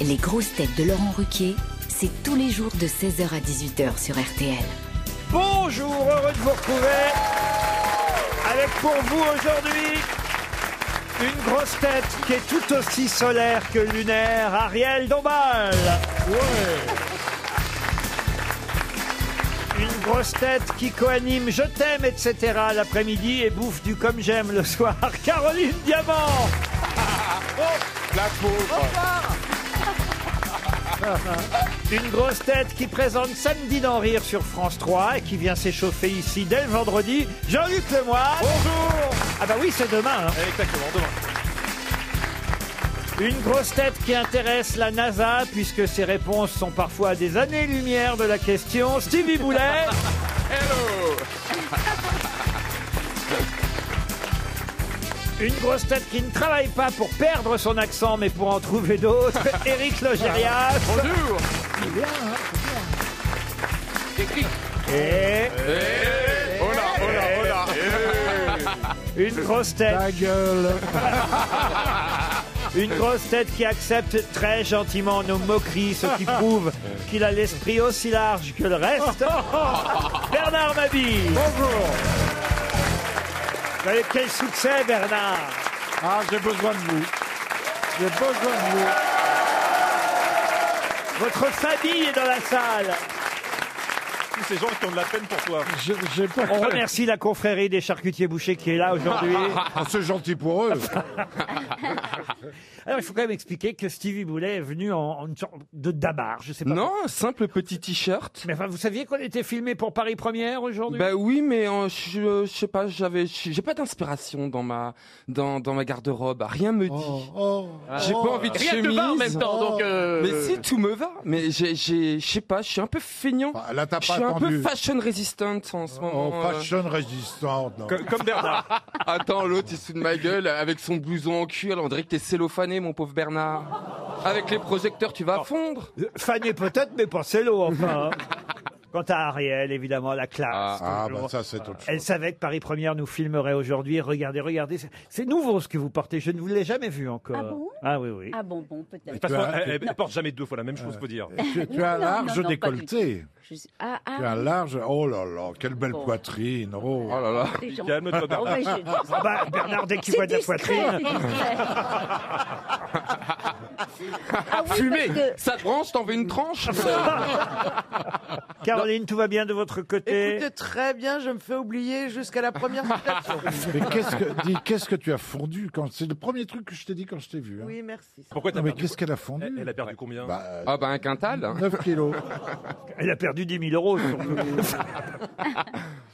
Les grosses têtes de Laurent Ruquier, c'est tous les jours de 16h à 18h sur RTL. Bonjour, heureux de vous retrouver. Avec pour vous aujourd'hui une grosse tête qui est tout aussi solaire que lunaire, Ariel Dombal. Une grosse tête qui coanime Je t'aime, etc. l'après-midi et bouffe du comme j'aime le soir, Caroline Diamant. Ah, Oh, La pauvre. Une grosse tête qui présente Samedi d'en rire sur France 3 et qui vient s'échauffer ici dès le vendredi, Jean-Luc Lemoyne. Bonjour Ah bah oui, c'est demain. hein. Exactement, demain. Une grosse tête qui intéresse la NASA puisque ses réponses sont parfois à des années-lumière de la question, Stevie Boulet. Hello Une grosse tête qui ne travaille pas pour perdre son accent mais pour en trouver d'autres, Eric Logérias. Bonjour Et Eh, Oh là, oh là, oh là une grosse tête. Une grosse tête qui accepte très gentiment nos moqueries, ce qui prouve qu'il a l'esprit aussi large que le reste. Bernard Mabille Bonjour Vous avez quel succès, Bernard Ah, j'ai besoin de vous. J'ai besoin de vous. Votre famille est dans la salle Tous ces gens qui ont de la peine pour toi. J'ai- J'ai pas. On remercie la confrérie des charcutiers bouchers qui est là aujourd'hui. Ah, c'est gentil pour eux. Alors, il faut quand même expliquer que Stevie Boulet est venu en, en une sorte de dabar, je sais pas. Non, un simple petit t-shirt. Mais enfin, vous saviez qu'on était filmé pour Paris Première aujourd'hui Bah oui, mais euh, je, je sais pas, j'avais, j'ai pas d'inspiration dans ma, dans, dans ma garde-robe. Rien me dit. Oh. J'ai pas envie de chemise. Oh. euh, Mais si, tout me va. Mais j'ai, j'ai, je sais pas, je suis un peu feignant. Ah, Là, t'as Je pas suis un peu attendu. fashion résistante en ce Oh, moment. euh. fashion résistante. non. Comme, comme Bernard. Attends, l'autre, il se fout de ma gueule avec son blouson en cuir. Alors, on dirait que t'es cellophané, mon pauvre Bernard. Avec les projecteurs, tu Oh. vas fondre. Fané peut-être, mais pensez-le enfin. hein. Quant à Ariel, évidemment, la classe. Ah, toujours. bah ça, c'est autre chose. Elle savait que Paris Première nous filmerait aujourd'hui. Regardez, regardez. c'est- C'est nouveau ce que vous portez. Je ne vous l'ai jamais vu encore. Ah bon oui, oui. Ah bon, bon, peut-être. Parce Tu as- qu'on- elle, elle porte jamais deux fois la même chose, faut dire. Tu, tu Non, as un non, non, large non, pas du décolleté. Je sais- Ah, Tu as ah, un large. Oh là là, quelle belle Bon. poitrine. Oh. Oh là là. des gens. Calme-toi, Oh, Bernard. ouais, je- Ah bah, Bernard, dès qu'il C'est voit de la discret, poitrine. c'est discret. Ah oui, Fumé. parce que- Ça te branche, t'en veux une tranche? Caroline, tout va bien de votre côté Écoutez, très bien, je me fais oublier jusqu'à la première citation. Mais qu'est-ce que, dis, qu'est-ce que tu as fondu quand C'est le premier truc que je t'ai dit quand je t'ai vu. hein. oui, merci. Pourquoi t'as Non, mais perdu qu'est-ce qu'elle a fondu elle, elle a perdu combien Bah, euh, Ah bah un quintal. 9 kilos. Elle a perdu 10 000 euros. surtout.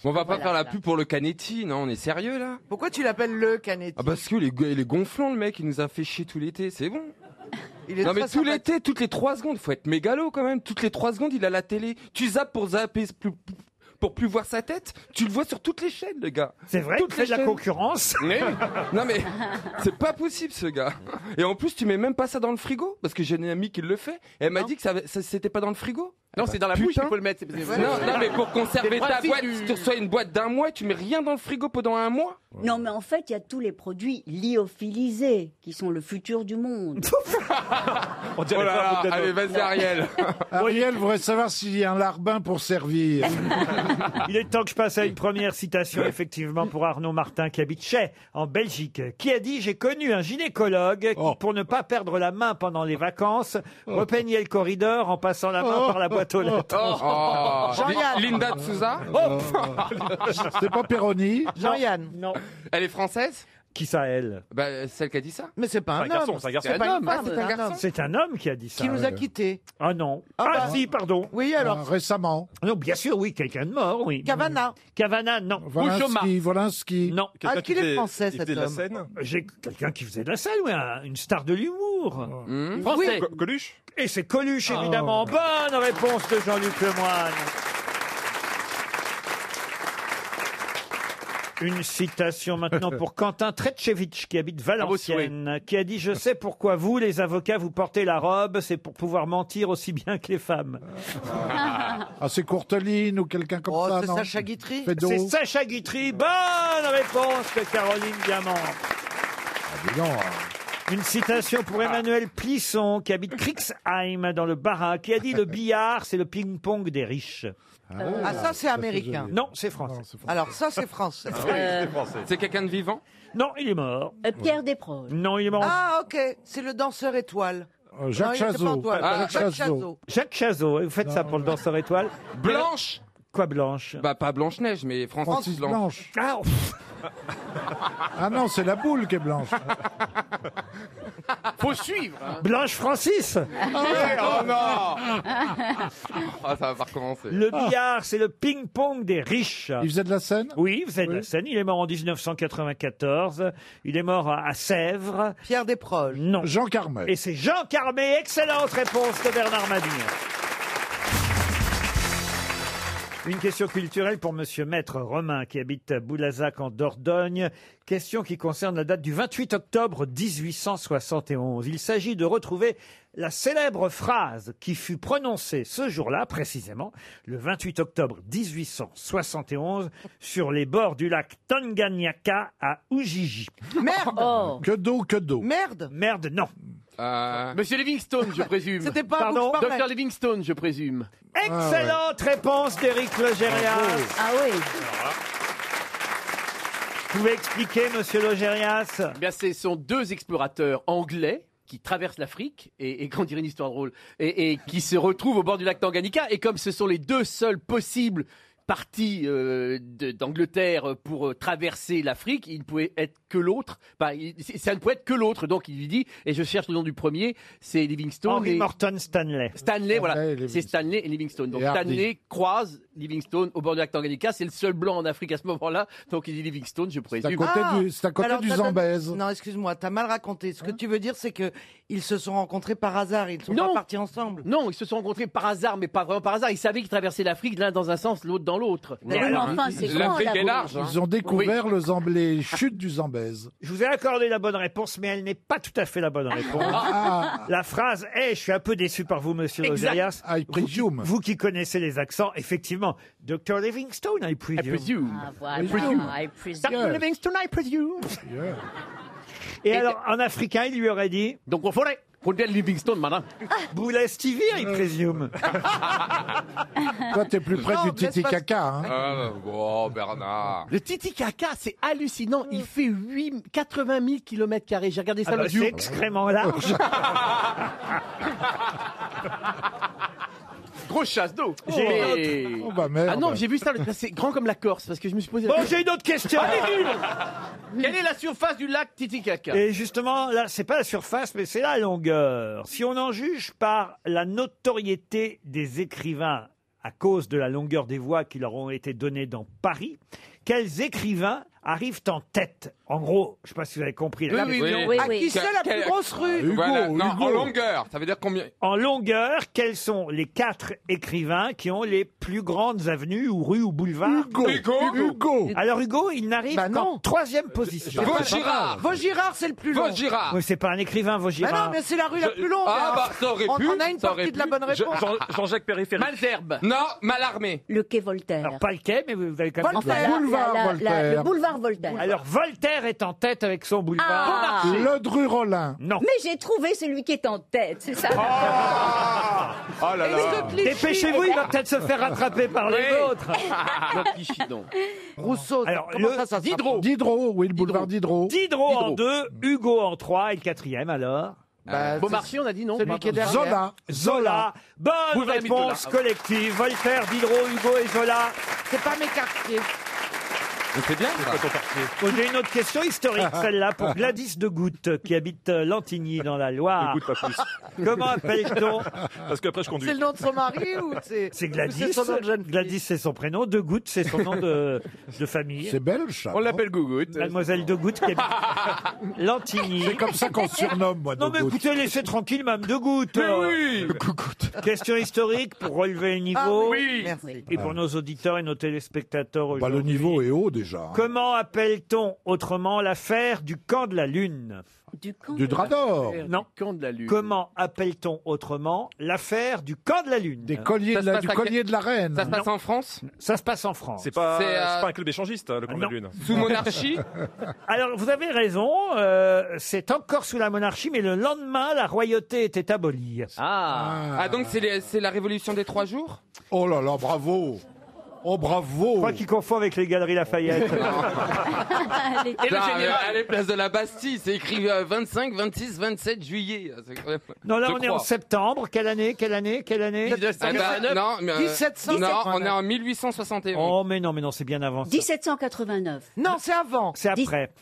On Voilà, va pas faire la voilà. pub pour le Canetti, non, on est sérieux là Pourquoi tu l'appelles le Canetti Ah parce que les gonflants il est gonflant le mec, il nous a fait chier tout l'été, c'est bon. Il est non mais très tout sympathique. l'été, toutes les trois secondes, faut être mégalo quand même, toutes les trois secondes il a la télé. Tu zappes pour zapper, plus- pour plus voir sa tête, tu le vois sur toutes les chaînes le gars. C'est vrai Toutes que c'est de les la chaînes. concurrence. Mais- non mais c'est pas possible ce gars. Et en plus tu mets même pas ça dans le frigo, parce que j'ai une amie qui le fait, et elle m'a dit que ça, ça- c'était pas dans le frigo. Non, c'est dans la bouche Putain. qu'il faut le mettre. c'est- c'est- Non, non mais pour conserver C'est le ta principe boîte, du- tu reçois une boîte d'un mois et tu mets rien dans le frigo pendant un mois. Non, mais en fait, il y a tous les produits lyophilisés qui sont le futur du monde. On dirait Oh là pas un là, bout de allez, dado. vas-y, Ariel. Ariel voudrait savoir s'il y a un larbin pour servir. Il est temps que je passe à une première citation, effectivement, pour Arnaud Martin, qui habite Chez, en Belgique, qui a dit « J'ai connu un gynécologue qui, Oh. pour ne pas perdre la main pendant les vacances, repeignait le corridor en passant la main par la boîte aux lettres. Oh, Jean-Yann. Li- Linda de Souza, Oh, C'est pas Péroni Jean-Yann. non. elle est française Qui ça, elle bah, Celle qui a dit ça Mais c'est pas C'est un, un garçon, homme. c'est un garçon. C'est pas une Ah, femme, c'est un homme garçon. C'est un homme qui a dit ça. qui nous a ouais. quittés. Ah non. Ah, Ah bah. si, pardon. Oui, alors, Récemment. Non, bien sûr, oui, quelqu'un de mort, oui. Cavana. Cavana, non. Volinsky, Volinsky. Non. Euh, Quelqu'un Ah, qui qu'il est faisait- français, qui cet faisait de la homme. scène J'ai quelqu'un qui faisait de la scène, oui, un- une star de l'humour. Mmh. Hmm Français. Co- Ah. Coluche Ah. Et c'est Coluche, évidemment. Bonne réponse de Jean-Luc Lemoyne. Une citation maintenant pour Quentin Tretchevitch, qui habite Ah, Valenciennes, qui a dit « Je sais pourquoi vous, les avocats, vous portez la robe, c'est pour pouvoir mentir aussi bien que les femmes. Ah, c'est Courteline ou quelqu'un comme Oh, ça, c'est Ah non Sacha Guitry. Fedot. C'est Sacha Guitry. Bonne réponse de Caroline Diamant. Ah, dis donc, hein. Une citation pour Emmanuel Plisson, qui habite Crixheim, dans le Bas-Rhin, qui a dit « Le billard, c'est le ping-pong des riches Ah, ça, c'est américain. ». Non, c'est français. Alors, ça, c'est français. Ah Euh, C'est quelqu'un de vivant Non, il est mort. euh, Pierre Desproges. Non, il est mort. Ah, ok. C'est le danseur étoile. Euh, Jacques Non, il était pas Chazot. étoile. Ah, Jacques Jacques Chazot. Jacques Chazot, vous faites ça pour le danseur étoile. Blanche Quoi blanche Bah pas Blanche-Neige, mais Francis, Francis Blanche. Blanche. Ah, oh, Ah non, c'est la boule qui est blanche. hein. Blanche Francis Oh non oh, Ah, ça va recommencer. Le Ah, billard, c'est le ping-pong des riches. Il faisait de la scène Oui, vous êtes de la Oui. scène. Il est mort en 1994. Il est mort à à Sèvres. Pierre Desproges. Non. Jean Carmet. Et c'est Jean Carmé. Excellente réponse de Bernard Mabille. Une question culturelle pour Monsieur Maître Romain qui habite à Boulazac en Dordogne. Question qui concerne la date du 28 octobre 1871. Il s'agit de retrouver la célèbre phrase qui fut prononcée ce jour-là, précisément, le 28 octobre 1871, sur les bords du lac Tanganyika à Ujiji. Merde Oh, Que d'eau, que d'eau. Merde Merde, non. Euh, Monsieur Livingstone, je présume. C'était pas Pardon un bouche Docteur Livingstone, je présume. Excellente réponse d'Éric Logérias. ah oui. Vous pouvez expliquer, monsieur Logérias Eh Bien, ce sont deux explorateurs anglais qui traversent l'Afrique et, et qu'on dirait une histoire drôle et, et qui se retrouvent au bord du lac Tanganyika. Et comme ce sont les deux seuls possibles partis euh, de- d'Angleterre pour euh, traverser l'Afrique, il ne pouvait être que l'autre. Enfin, il- c- ça ne pouvait être que l'autre. Donc il lui dit, et je cherche le nom du premier, c'est Livingstone. Henry et- Morton Stanley. Stanley, Stanley et voilà. Livingstone. C'est Stanley et Livingstone. Donc Et Hardy. Stanley croise Livingstone au bord du lac Tanganyika. C'est le seul blanc en Afrique à ce moment-là. Donc il dit Livingstone, je C'est à présume. côté Ah du, c'est à côté Alors, du t'as donné- Zambèze. Hein Non, excuse-moi, t'as mal raconté. Ce que tu veux dire, c'est que ils se sont rencontrés par hasard, ils sont Non. pas partis ensemble. Non, ils se sont rencontrés par hasard, mais pas vraiment par hasard. Ils savaient qu'ils traversaient l'Afrique, l'un dans un sens, l'autre dans l'autre. Mais alors, enfin, c'est grand, L'Afrique la est boule. large. hein. Ils ont découvert le Zambé, les chutes du Zambèze. Je vous ai accordé la bonne réponse, mais elle n'est pas tout à fait la bonne réponse. Ah, La phrase est, je suis un peu déçu par vous, monsieur Exact. Ah, Logérias. I presume. Vous qui connaissez les accents, effectivement. Dr. Livingstone, I I presume. presume. Ah voilà, Présume. I presume. Yeah. Livingstone, I presume. Yeah. Et alors, en africain, il lui aurait dit, Donc on ferait. Rodel Livingstone, madame. Boula Stevie, I presume. Toi, t'es plus près Non, du mais c'est Titicaca. Hein. Ah, oh, Bernard. Le Titicaca, c'est hallucinant. Il fait 8, 80 000 km. J'ai regardé ça Ah bah, l'autre c'est jour. extrêmement large. Grosse chasse d'eau. J'ai une autre. Mais- Oh, bah, merde. Ah non, j'ai vu ça. le- C'est grand comme la Corse parce que je me suis posé. la Bon, question. j'ai une autre question. Quelle est la surface du lac Titicaca Et justement, là, c'est pas la surface, mais c'est la longueur. Si on en juge par la notoriété des écrivains à cause de la longueur des voies qui leur ont été données dans Paris, quels écrivains arrivent en tête En gros, je sais pas si vous avez compris. la- oui, oui. Oui, À qui oui. c'est la plus Quel- grosse rue Hugo, voilà, non, Hugo. en longueur, ça veut dire combien En longueur, quels sont les quatre écrivains qui ont les plus grandes avenues ou rues ou boulevards Hugo. Hugo. Hugo. Alors Hugo, il n'arrive Bah qu'en non. troisième position. Vaugirard Vaugirard, c'est le plus long. Vaugirard Oui, c'est pas un écrivain, Mais Vaugirard. Bah non, mais c'est la rue la plus longue. Ah hein. bah, ça aurait on, pu on a une ça aurait partie de la pu. bonne réponse. Jean-Jacques Périphérie. Malzerbe. Non, Malarmé Le quai Voltaire. Alors pas le quai, mais vous avez quand même... Voltaire. la- Boulevard Voltaire. le boulevard Voltaire. Alors Voltaire est en tête avec son boulevard. Ah, Le Dru Rollin. Non. mais j'ai trouvé celui qui est en tête, c'est ça. Ah là là. Dépêchez-vous, il va peut-être se faire rattraper par les Oui. autres. Non, Clichy, non. Rousseau. Alors, oh, comment le- ça, ça se Diderot. Diderot, oui, le boulevard Diderot. Diderot, en Diderot. deux, Hugo en trois et le quatrième alors. Euh, Bah, Beaumarchais, on a dit non. c'est Celui qui est derrière. Zola. Zola. Bonne Boulevard réponse Mitola. collective. Voltaire, Diderot, Hugo et Zola. C'est pas mes quartiers. C'est bien ça Oh, J'ai une autre question historique, celle-là, pour Gladys de Goutte, qui habite euh, Lantigny, dans la Loire. Écoute pas plus. Comment appelle-t-on Parce qu'après, je conduis. C'est le nom de son mari ou C'est c'est ou c'est Gladys. son nom de jeune fille Gladys, c'est son prénom. De Goutte, c'est son nom de, de famille. C'est belge. ça. On l'appelle Gougout. Mademoiselle de Goutte, qui Ah, habite Lantigny. C'est comme ça qu'on surnomme, moi, Non, mais Dogout. écoutez, laissez tranquille, Mme de Goutte. Mais oui Coucoute. Question historique pour relever le niveau. Ah oui, merci. Et pour nos auditeurs et nos téléspectateurs Bah, le aujourd'hui. niveau est haut déjà. hein. Comment appelle-t-on autrement l'affaire du camp de la Lune Du camp Du de drap la- d'or. Non. camp de la Lune. Comment appelle-t-on autrement l'affaire du camp de la Lune Des colliers Ça de la- se passe du à quel- collier de la reine. Ça se passe en France Ça se passe en France. C'est pas, euh, c'est pas un club échangiste, hein, le Comte de la Lune. Alors, vous avez raison, euh, c'est encore sous la monarchie, mais le lendemain, la royauté était abolie. Ah, donc c'est les- c'est la révolution des trois jours Oh là là, bravo Oh, bravo Je crois qu'il confond avec les galeries Lafayette. Et Ah, le général. Allez, place de Eh ben, la Bastille, c'est écrit euh, 25, 26, 27 juillet. Ah, C'est quand même- non, là, Je on est crois. en septembre. Quelle année Quelle année Quelle année Ah bah, non, mais, euh, Non, on est en 1871. Oh, mais non, mais non, c'est bien avant ça. 1789. Non, c'est avant. C'est après.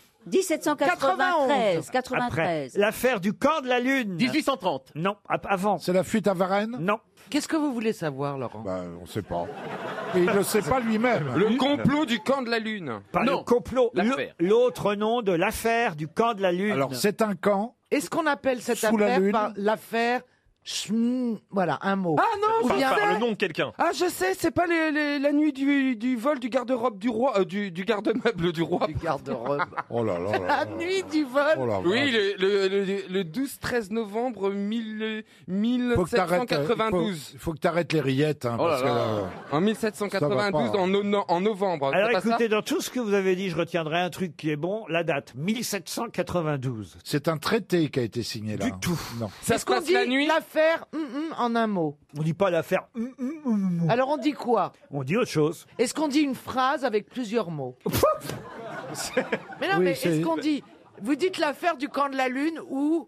1793. 93. 93. L'affaire du camp de la Lune. 1830. Non, ap- avant. C'est la fuite à Varennes Non. Qu'est-ce que vous voulez savoir, Laurent Bah, On ne sait pas. Et il ne le sait pas lui-même. Le complot du camp de la Lune. Pas le complot. le- L'autre nom de l'affaire du camp de la Lune. Alors, c'est un camp. Est-ce qu'on appelle cette Sous la affaire lune. par l'affaire Schm- Voilà, un mot. Ah non, Ou je bien- sais. de quelqu'un. Ah, je sais, c'est pas les- les- la nuit du, du vol du garde-robe du roi, euh, du, du garde-meuble du roi. Du garde-robe. oh là là. la nuit du vol. Oh la oui, le, 12-13 novembre mille- Faut que t'arrêtes, euh, 1792. Il faut, faut que tu arrêtes les rillettes. hein, Oh là parce là. que, euh, En ça va 1792, pas. en, no- en novembre. Alors c'est pas ça écoutez, dans tout ce que vous avez dit, je retiendrai un truc qui est bon, la date, 1792. C'est un traité qui a été signé là. Du tout. Non. Ça Est-ce qu'on dit l'affaire hum, hum en un mot On dit pas l'affaire. hum, Alors on dit quoi On dit autre chose. Est-ce qu'on dit une phrase avec plusieurs mots Mais non, Oui, mais c'est- est-ce qu'on dit Vous dites l'affaire du camp de la lune ou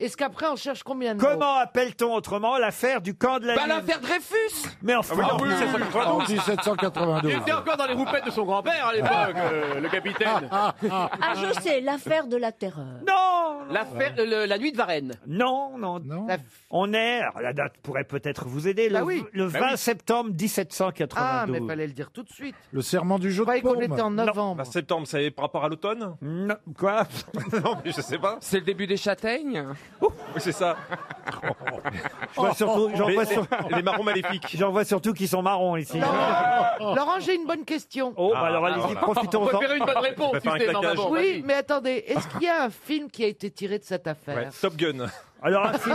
est-ce qu'après on cherche combien de mots Comment appelle-t-on autrement l'affaire du camp de la Bah, Lune l'affaire Dreyfus Mais enfin, Ah oui, non. c'est ça. En 1792. Il était encore dans les roupettes de son grand-père à l'époque, euh, le capitaine. Ah, je sais, l'affaire de la terreur. Non L'affaire, le- la nuit de Varennes. Non, non, On est, alors la date pourrait peut-être vous aider, le, Bah oui. le 20 Bah oui. septembre 1792. Ah, mais fallait le dire tout de suite. Le serment du jeu de qu'on paume. était en novembre. Bah, septembre, c'est par rapport à l'automne Non, quoi Non, mais je sais pas. C'est le début des châtaignes Oui, c'est ça. Je vois surtout, j'en Les- vois sur- les marrons maléfiques. J'en vois surtout qui sont marrons ici. Laurent, j'ai une bonne question. Oh, bah alors allez-y, profitons-en. Oui, mais attendez, est-ce qu'il y a un film qui a été tiré de cette affaire Ouais, Top Gun. Alors, un film...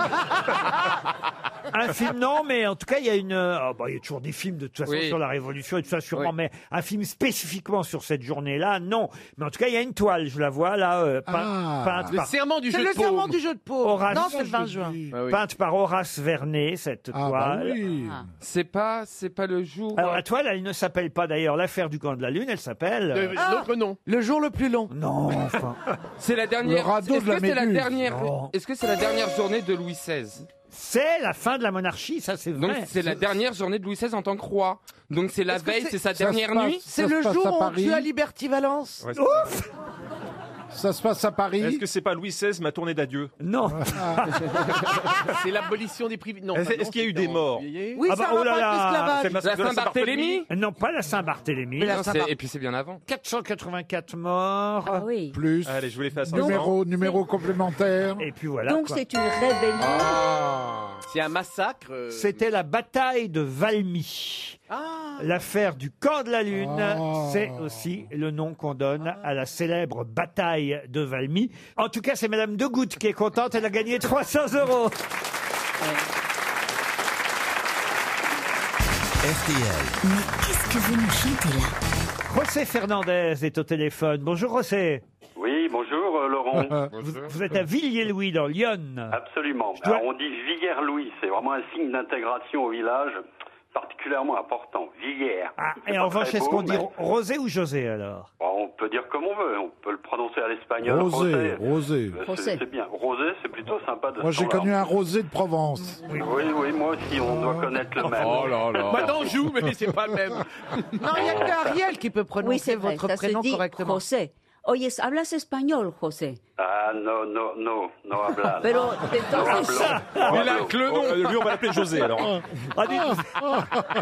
un film, non, mais en tout cas, il y a une. euh, ah, bah, il y a toujours des films de toute façon Oui. sur la Révolution et tout ça, sûrement, mais un film spécifiquement sur cette journée-là, non. Mais en tout cas, il y a une toile, je la vois là, euh, pein- Ah. peinte Le par. serment du C'est jeu le de serment paume. du jeu de paume. Horace- Non, c'est le 20 juin. Ah oui. Peinte par Horace Vernet, cette toile. Ah. C'est pas, c'est pas le jour. Alors, la toile, elle ne s'appelle pas d'ailleurs l'affaire du camp de la Lune, elle s'appelle. De- Ah. l'autre nom. Le jour le plus long. Non, enfin. C'est la dernière. Le radeau Est-ce de la que c'est la Méduse. dernière Non. Est-ce que c'est la dernière journée de Louis XVI C'est la fin de la monarchie, ça c'est Donc vrai. c'est la dernière journée de Louis XVI en tant que roi. Donc c'est la Est-ce que veille, c'est sa Ça se dernière passe- nuit. C'est le jour où on tue à Liberty Valence. Ouais, c'est Ouf Ça se passe à Paris. Ah. Est-ce que c'est pas Louis XVI ma tournée d'adieu Non. C'est l'abolition des privés. Non, Eh, Est-ce pardon, est-ce qu'il y a eu c'était des en morts février. Ah bah, oh là là. C'est la- La de la Saint-Barthélemy Saint-Barthélemy Euh, Non, pas la Saint-Barthélemy. Mais la Non, Saint-Bar- c'est- et puis c'est bien avant. 484 morts. oui. Plus. Allez, je vous les fais à 500. Numéro, numéro complémentaire. Et puis voilà. Donc quoi. c'est une rébellion. Ah. C'est un massacre. euh, C'était la bataille de Valmy. Ah. L'affaire du camp de la Lune, c'est aussi le nom qu'on donne à la célèbre bataille de Valmy. En tout cas, c'est Madame de Goutte qui est contente, elle a gagné 300 euros. RTL. Mais qu'est-ce que vous nous chantez là José Fernandez est au téléphone. Bonjour José. Oui, bonjour euh, Laurent. Vous, vous êtes à Villiers-Louis dans Lyon. Ah, Absolument. dois- Alors, on dit Villers-Louis, c'est vraiment un signe d'intégration au village particulièrement important. Villers. Ah, C'est et pas en revanche, très est-ce beau, qu'on dit mais- Rosé ou José alors Bon, on peut dire comme on veut, on peut le prononcer à l'espagnol. Rosé, Rosé, rosé. Euh, C'est c'est bien. Rosé, c'est plutôt sympa de Moi, ce j'ai temps-là. connu un rosé de Provence. Oui, oui, moi aussi, on doit connaître le même. Oh là là. Maintenant, on joue, mais c'est pas le même. Non, il n'y a que Ariel qui peut prononcer Oui, c'est vrai, votre ça se prénom dit correctement. José. Oye, hablas espagnol, José. Ah, non, non, non, non, habla. Pero te ça. Mais là, que Oh, le nom. Euh, lui, on va l'appeler José, alors. Ah, dites-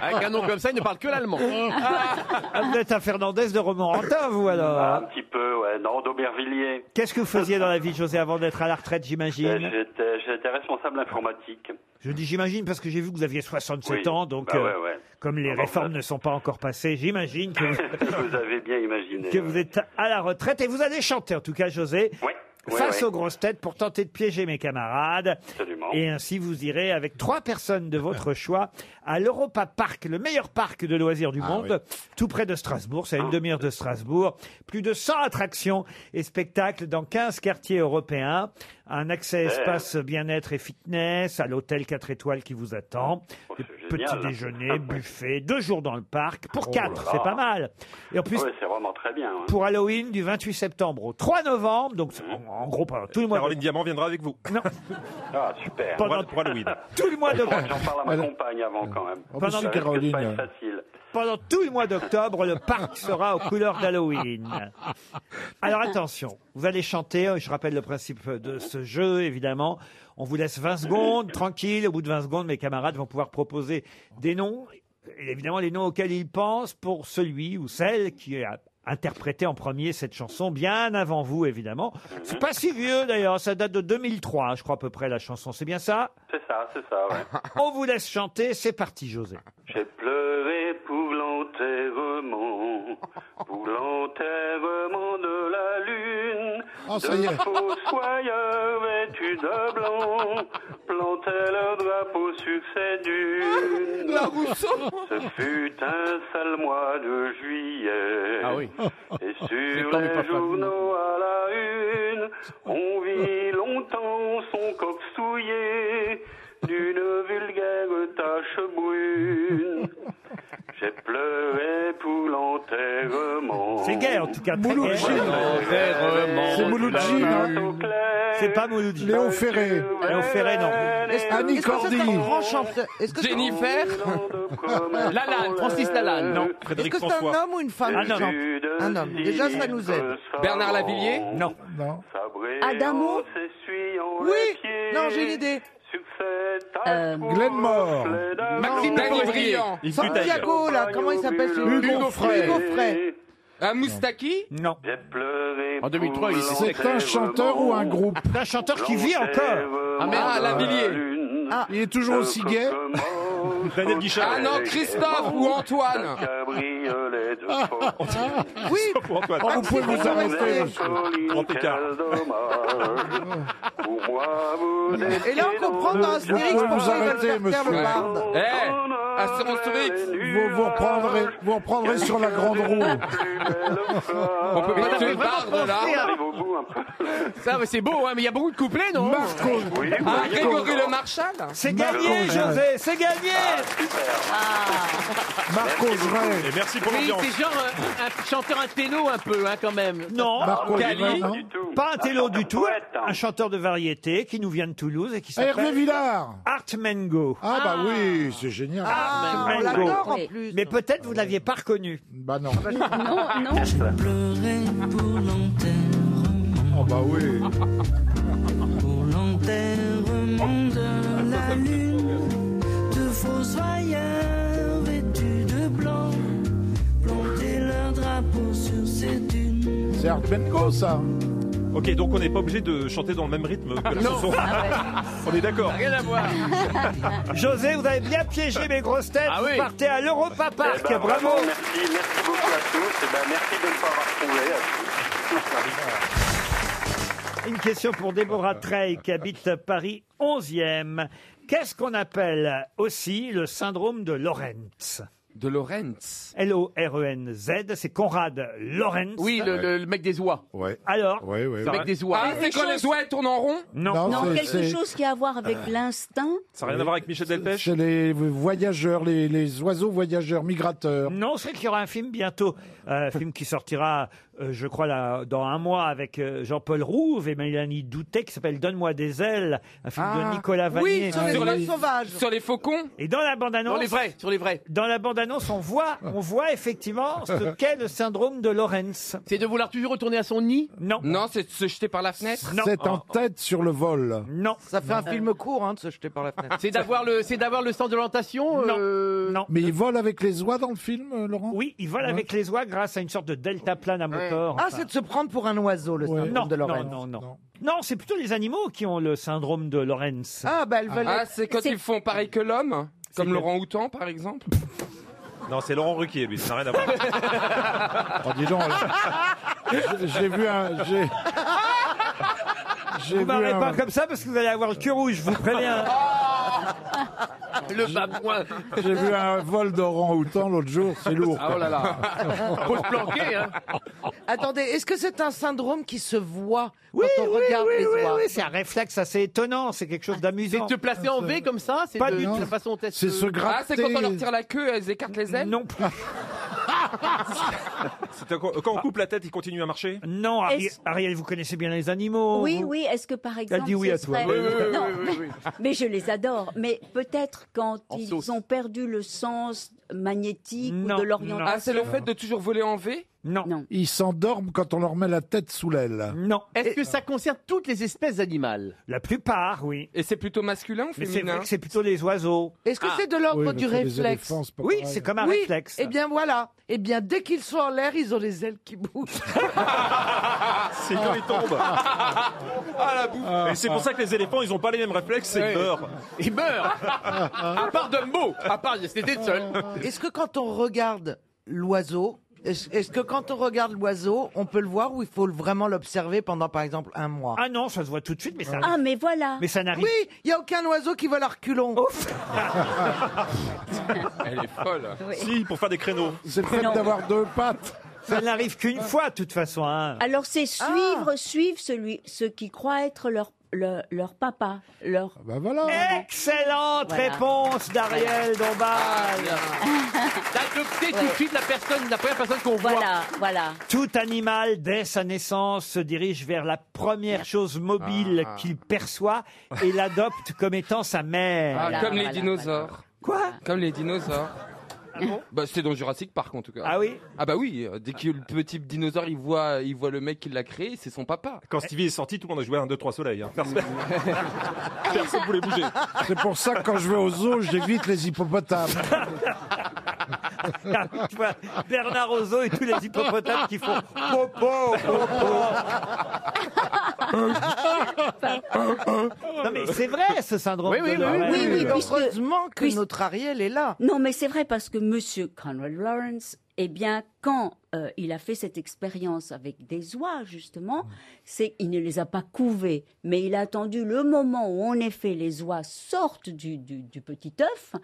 Avec un nom comme ça, il ne parle que l'allemand. Ah, vous êtes un Fernandez de Romorantin, vous alors Ah, un petit peu, ouais, non, d'Aubervilliers. Qu'est-ce que vous faisiez dans la vie, José, avant d'être à la retraite, Euh, j'imagine J'étais j'étais responsable informatique. Je dis j'imagine parce que j'ai vu que vous aviez 67 Oui. ans, donc Bah ouais, euh, ouais. comme les Pendant réformes ne sont pas encore passées, j'imagine que vous, vous avez bien imaginé. que vous êtes à la retraite et vous allez chanter en tout cas, José. ouais, face ouais. aux grosses têtes pour tenter de piéger mes camarades. Et ainsi, vous irez avec trois personnes de votre choix à l'Europa Park, le meilleur parc de loisirs Ah du monde, tout près de Strasbourg. C'est à une demi-heure de Strasbourg. Plus de 100 attractions et spectacles dans 15 quartiers européens. Un Ouais. accès espace bien-être et fitness à l'hôtel 4 étoiles qui vous attend. Des Oh, génial. Petit déjeuner, buffet, deux jours dans le parc. Pour Oh quatre, là c'est là. pas mal. Et en plus, Ouais, c'est vraiment très bien. hein. pour Halloween du 28 septembre au 3 novembre. Donc, en, en gros, pendant tout le mois. Caroline Euh, Diamant viendra avec vous. Non. Ah, super. Pendant- Pour Halloween. Tout le mois de- Il faudra que J'en parle à ma Alors- compagne avant quand même. En plus, Ça risque Caroline, pas euh, être facile. Pendant tout le mois d'octobre, le parc sera aux couleurs d'Halloween. Alors attention, vous allez chanter, euh, je rappelle le principe de ce jeu évidemment. On vous laisse 20 secondes, tranquille, au bout de 20 secondes, mes camarades vont pouvoir proposer des noms, et évidemment les noms auxquels ils pensent pour celui ou celle qui a interprété en premier cette chanson, bien avant vous évidemment. C'est pas si vieux d'ailleurs, ça date de 2003 je crois à peu près la chanson, c'est bien ça C'est ça, c'est ça, ouais. On vous laisse chanter, c'est parti José. J'ai pleuré pour l'enterrement, pour l'enterrement de la lune. Oh, ça de y est. faux soyeurs vêtus de blanc plantaient le drapeau sur ces dunes. La Rousseau. Ce fut un sale mois de juillet. Ah oui. Et Oh, Les sur temps du les papa. journaux à la une, on vit longtemps son coq souillé d'une vulgaire tache brune. J'ai pleuré pour l'enterrement. C'est gay en tout cas. très Mouloudji. gay. L'enterrement C'est de Mouloudji, la hein. non lune. C'est pas Mouloudji. hein. Léo Ferré. Léo Ferré, non. Annie Cordy. Jennifer Lalanne, Francis Lalanne. Non. Euh, Est-ce que c'est un homme ou une femme Ah, non, non. Un homme. Déjà, ça nous aide. Bernard Lavillier Non. Non. Ah, Adamo Oui Non, j'ai une idée. Euh, Glenmore. Euh, Maxime Davivrier. Il fut Santiago, ailleurs. là, comment il s'appelle celui Hugo Frey. Hugo Frey. Un Euh, Moustaki Non. J'ai pleuré. En 2003, il C'est un chanteur ou un groupe Un chanteur qui vit encore. Ah, merde. Ah, Lavillier. Il est toujours aussi gay Daniel Guichard. Ah non, Christophe ou Antoine Ah. Cabriolet de Oui Pour Antoine. Oh, vous pouvez vous arrêter. Grand écart. Pour moi, vous Et là, on comprend dans Vous Astérix pouvez vous pourquoi ils veulent arrêter, faire taire monsieur. le barde. Eh Assurance Tourix Vous vous reprendrez, vous reprendrez sur la grande roue. On peut pas tuer le barde là arrive au bout un peu. Ça, mais c'est beau, hein, mais il y a beaucoup de couplets, non Marco, Oui, Ah, oui, Grégory Le Marchal C'est gagné, José, c'est gagné Marco Gray. Et merci pour Oui, l'ambiance. c'est genre un, un chanteur, un téno un peu, hein, quand même. Non, Marco Cali. Gray, non du tout. pas un télo du tout, poète, hein. un chanteur de variété qui nous vient de Toulouse et qui Ah, Hervé s'appelle Villard. Art Mengo. Ah, bah oui, c'est génial. Ah, on Mango. l'adore en Oui. plus. Mais peut-être vous ne l'aviez pas reconnu. Bah non. Non, non. pleurer pour l'enterrement, Oh bah oui. pour l'enterrement de la lune, de faux soyeurs vêtus de blanc, planter leur drapeau sur ces dunes. C'est Art Benko, ça. Ok, donc on n'est pas obligé de chanter dans le même rythme Ah que la chanson. On est d'accord. Rien à voir. José, vous avez bien piégé mes grosses têtes. Ah vous oui. partez à l'Europa Eh Park. ben, Bravo. vraiment, Merci, merci beaucoup à tous. Et ben, merci de ne pas avoir trouvé. à tous. Une question pour Déborah Treil qui habite Paris 11e. Qu'est-ce qu'on appelle aussi le syndrome de Lorentz De Lorenz. L-O-R-E-N-Z, E c'est Conrad Lorentz. Oui, le, le- le mec des oies. Ouais. Alors Ouais, ouais. Le mec des oies. Ah, c'est quand les oies tournent en rond Non. Ah. c'est- Non, quelque c'est- chose qui a à voir avec l'instinct. Ça n'a rien à voir avec Michel Delpech C'est les voyageurs, les, les oiseaux voyageurs migrateurs. Non, c'est qu'il y aura un film bientôt, euh, un film qui sortira, euh, je crois, là, dans un mois avec euh, Jean-Paul Rouve et Mélanie Doutet, qui s'appelle Donne-moi des ailes, un film Ah, de Nicolas Vanier. Oui, sur les Sur oies les- sauvages. Sur les faucons Et dans la bande-annonce, Sur les vrais, sur les vrais. dans la bande-annonce, on voit, on voit effectivement ce qu'est le syndrome de Lorentz. C'est de vouloir toujours retourner à son nid. Non, non, Non, c'est de se jeter par la fenêtre Non. C'est en tête sur le vol. non, Ça fait un film court hein, de se jeter par la fenêtre. C'est d'avoir le, c'est d'avoir le sens de l'orientation. Non. euh, Mais ils volent avec les oies dans le film, euh, Laurent Oui, ils volent avec les oies grâce à une sorte de delta plane à moteur. encore. Ah, c'est de se prendre pour un oiseau, le syndrome Non, de non, Lorraine. non, non. Non, c'est plutôt les animaux qui ont le syndrome de Lorenz. Ah, bah, elle Ah, c'est quand ils font pareil que l'homme Comme C'est- Laurent Houtan, par exemple Non, c'est Laurent Ruquier, mais ça n'a rien à voir. Oh, dis donc, là. J'ai vu un. j'ai- Vous vu parlez un- pas comme ça parce que vous allez avoir le cul rouge, je vous préviens. Ah Le babouin. J'ai vu un vol d'orang-outan l'autre jour, c'est lourd. Ah, oh là là. Faut se planquer, hein. Attendez, est-ce que c'est un syndrome qui se voit Oui, quand on regarde oui, les oui, oies oui, c'est un réflexe assez étonnant, c'est quelque chose C'est de d'amusant. te placer en V comme ça C'est Pas de, du de tout. la façon dont elles C'est se- se gratter. Ah, c'est quand on leur tire la queue, elles écartent les ailes Non plus. C'est un- Quand on coupe la tête, il continue à marcher Non, Ari- Est-ce- Ariel, vous connaissez bien les animaux Oui, vous oui, est-ce que par exemple. Oh. dit oui ce à toi. serait- Oui, oui, oui, Non, oui, oui, oui. mais- Mais je les adore. Mais peut-être quand En ils sauce. ont perdu le sens magnétique ou de l'orientation. Ah, c'est le fait de toujours voler en V Non. Ils s'endorment quand on leur met la tête sous l'aile. Non. Est-ce que ça concerne toutes les espèces animales La plupart, oui. Et c'est plutôt masculin ou Mais c'est vrai féminin que c'est plutôt les oiseaux. Est-ce Ah. que c'est de l'ordre Oui, parce du que les réflexe éléphants, c'est pas Ah. Oui, pareil. c'est comme un réflexe. Eh bien voilà. Eh bien dès qu'ils sont en l'air, ils ont les ailes qui bougent. C'est quand ils tombent. Ah la bouffe Et c'est pour ça que les éléphants, ils n'ont pas les mêmes réflexes, c'est Ouais. ils meurent. Ils meurent À part Dumbo À part, c'était le seul Euh, Est-ce que quand on regarde l'oiseau, est-ce est-ce que quand on regarde l'oiseau, on peut le voir ou il faut vraiment l'observer pendant par exemple un mois Ah non, ça se voit tout de suite, mais ça. Ah, mais voilà. Mais ça n'arrive. Oui, il n'y a aucun oiseau qui vole à reculons. Elle est folle. Si, pour faire des créneaux. C'est le fait Non. d'avoir deux pattes. Ça n'arrive qu'une fois, de toute façon. hein. Alors c'est Ah. suivre, suivre celui, ceux qui croient être leur, leur, leur papa, leur. Ah, Bah voilà. Excellente Voilà. Ah, réponse d'Ariel Dombal. D'adopter tout de suite la personne, la première personne qu'on voit. Voilà, voilà. Tout animal, dès sa naissance, se dirige vers la première chose mobile Ah. qu'il perçoit et l'adopte comme étant sa mère. Ah, comme les dinosaures. Quoi Comme les dinosaures. bah, c'était dans Jurassic Park en tout cas. Ah oui Ah bah oui, euh, dès que le petit dinosaure il voit, il voit le mec qui l'a créé, c'est son papa. Quand Stevie est sorti, tout le monde a joué à 1, 2, 3 soleil. hein. Personne ne voulait bouger. C'est pour ça que quand je vais aux zoo, j'évite les hippopotames. Tu vois, Bernard Ozo et tous les hippopotames qui font popo, popo. non mais c'est vrai ce syndrome Oui, oui, de oui, Lorraine. oui, oui, puisque- heureusement que notre Ariel est là. Non, mais c'est vrai parce que Monsieur Conrad Lawrence, eh bien, quand euh, il a fait cette expérience avec des oies, justement, c'est il ne les a pas couvées, mais il a attendu le moment où, en effet, les oies sortent du, du- du petit œuf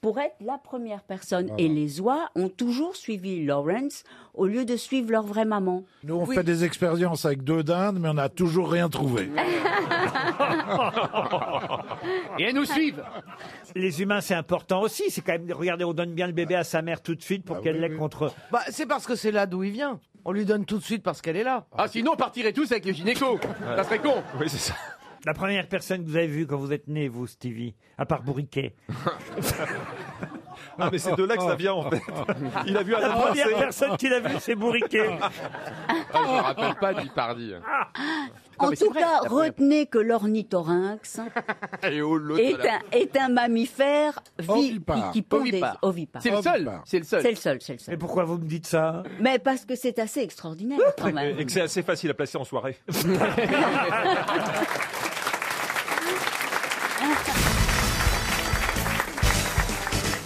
pour être la première personne. Voilà. Et les oies ont toujours suivi Lawrence au lieu de suivre leur vraie maman. Nous, on fait des expériences avec deux dindes, mais on n'a toujours rien trouvé. Et elles nous suivent Les humains c'est important aussi, c'est quand même regardez on donne bien le bébé à sa mère tout de suite Ah pour qu'elle l'ait contre Bah, c'est parce que c'est là d'où il vient. On lui donne tout de suite parce qu'elle est là. Ah, sinon, on partirait tous avec les gynécos Ça serait con Oui, c'est ça. la première personne que vous avez vue quand vous êtes né vous Stevie, à part Bourriquet. Ah, mais c'est de là que ça vient en fait. Il a vu La Adam première Pincé. personne qu'il a vue c'est Bourriquet. Ah, je me rappelle pas du pardi. Ah, en tout cas, retenez que l'ornithorynx Et oh, l'autre, est là. un, est un mammifère vi- Oh, Ovipare. qui pond des Ovipare. ovipares. C'est le seul C'est le Ah. C'est seul le seul, c'est le seul. Mais pourquoi vous me dites ça Mais parce que c'est assez extraordinaire quand même. Et que c'est assez facile à placer en soirée.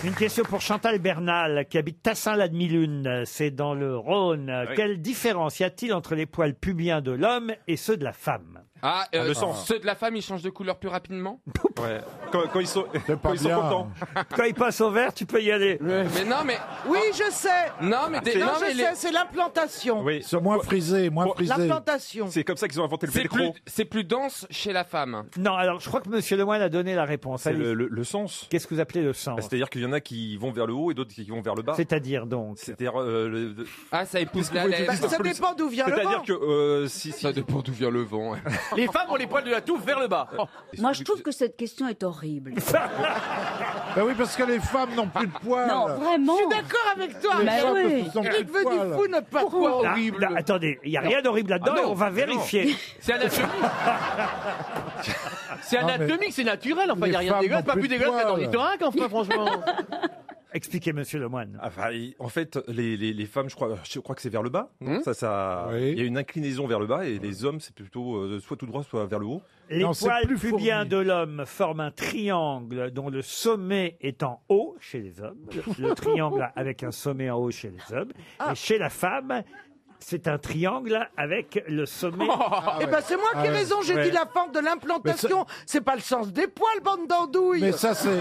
Une question pour Chantal Bernal, qui habite Tassin-la-Demi-Lune, c'est dans le Rhône. Quelle différence y a-t-il entre les poils pubiens de l'homme et ceux de la femme Ah, euh, Ah, le sang. ceux de la femme ils changent de couleur plus rapidement Ouais. Quand, quand ils sont, C'est quand pas ils sont bien. contents. Quand il passe au vert, tu peux y aller. Mais non, mais. Oui, je sais. Non, mais. des- Non, non, je mais les- sais, c'est l'implantation. Oui. Ils sont moins frisés, moins frisés. L'implantation. C'est comme ça qu'ils ont inventé le C'est velcro. plus, c'est plus dense chez la femme. Non, alors je crois que Monsieur Lemoine a donné la réponse. C'est Allez, le, le- le sens. Qu'est-ce que vous appelez le sens Bah, C'est-à-dire qu'il y en a qui vont vers le haut et d'autres qui vont vers le bas. C'est-à-dire donc C'est-à-dire. euh, le- le- Ah, ça épouse Qu'est-ce la que vous la- Bah, ça dépend d'où vient le C'est-à-dire vent. que euh, si, si- Ça dépend d'où vient le vent. ouais. Les femmes ont les poils de la touffe vers le bas Oh. Moi, je trouve que cette question est horrible. Ben oui, parce que les femmes n'ont plus de poils. Non, vraiment. Je suis d'accord avec toi. Les Mais femmes oui. ne sont plus Eric de veut du poils. fou, notre Ah, patron. là, attendez, il n'y a rien d'horrible là-dedans Ah et non, on va non. vérifier. C'est anatomique C'est Non, mais- anatomique, c'est naturel, enfin, il Les n'y a rien de femmes dégueulasse, n'ont pas plus plus de dégueulasse qu'un poils. ornithorynque, enfin, franchement Expliquez, monsieur Lemoine. Ah, Enfin, il- en fait, les, les- les femmes, je crois, je crois que c'est vers le bas. Hmm non ça, ça, il y a une inclinaison vers le bas et les hommes, c'est plutôt euh, soit tout droit, soit vers le haut. Les poils pubiens de l'homme forment un triangle dont le sommet est en haut chez les hommes. Le triangle avec un sommet en haut chez les hommes. Ah. Et chez la femme, c'est un triangle avec le sommet. Ah Eh ben c'est moi qui ai raison, j'ai Ah Ouais. dit la forme de l'implantation. C'est pas le sens des poils, bande d'andouilles. Mais ça, c'est-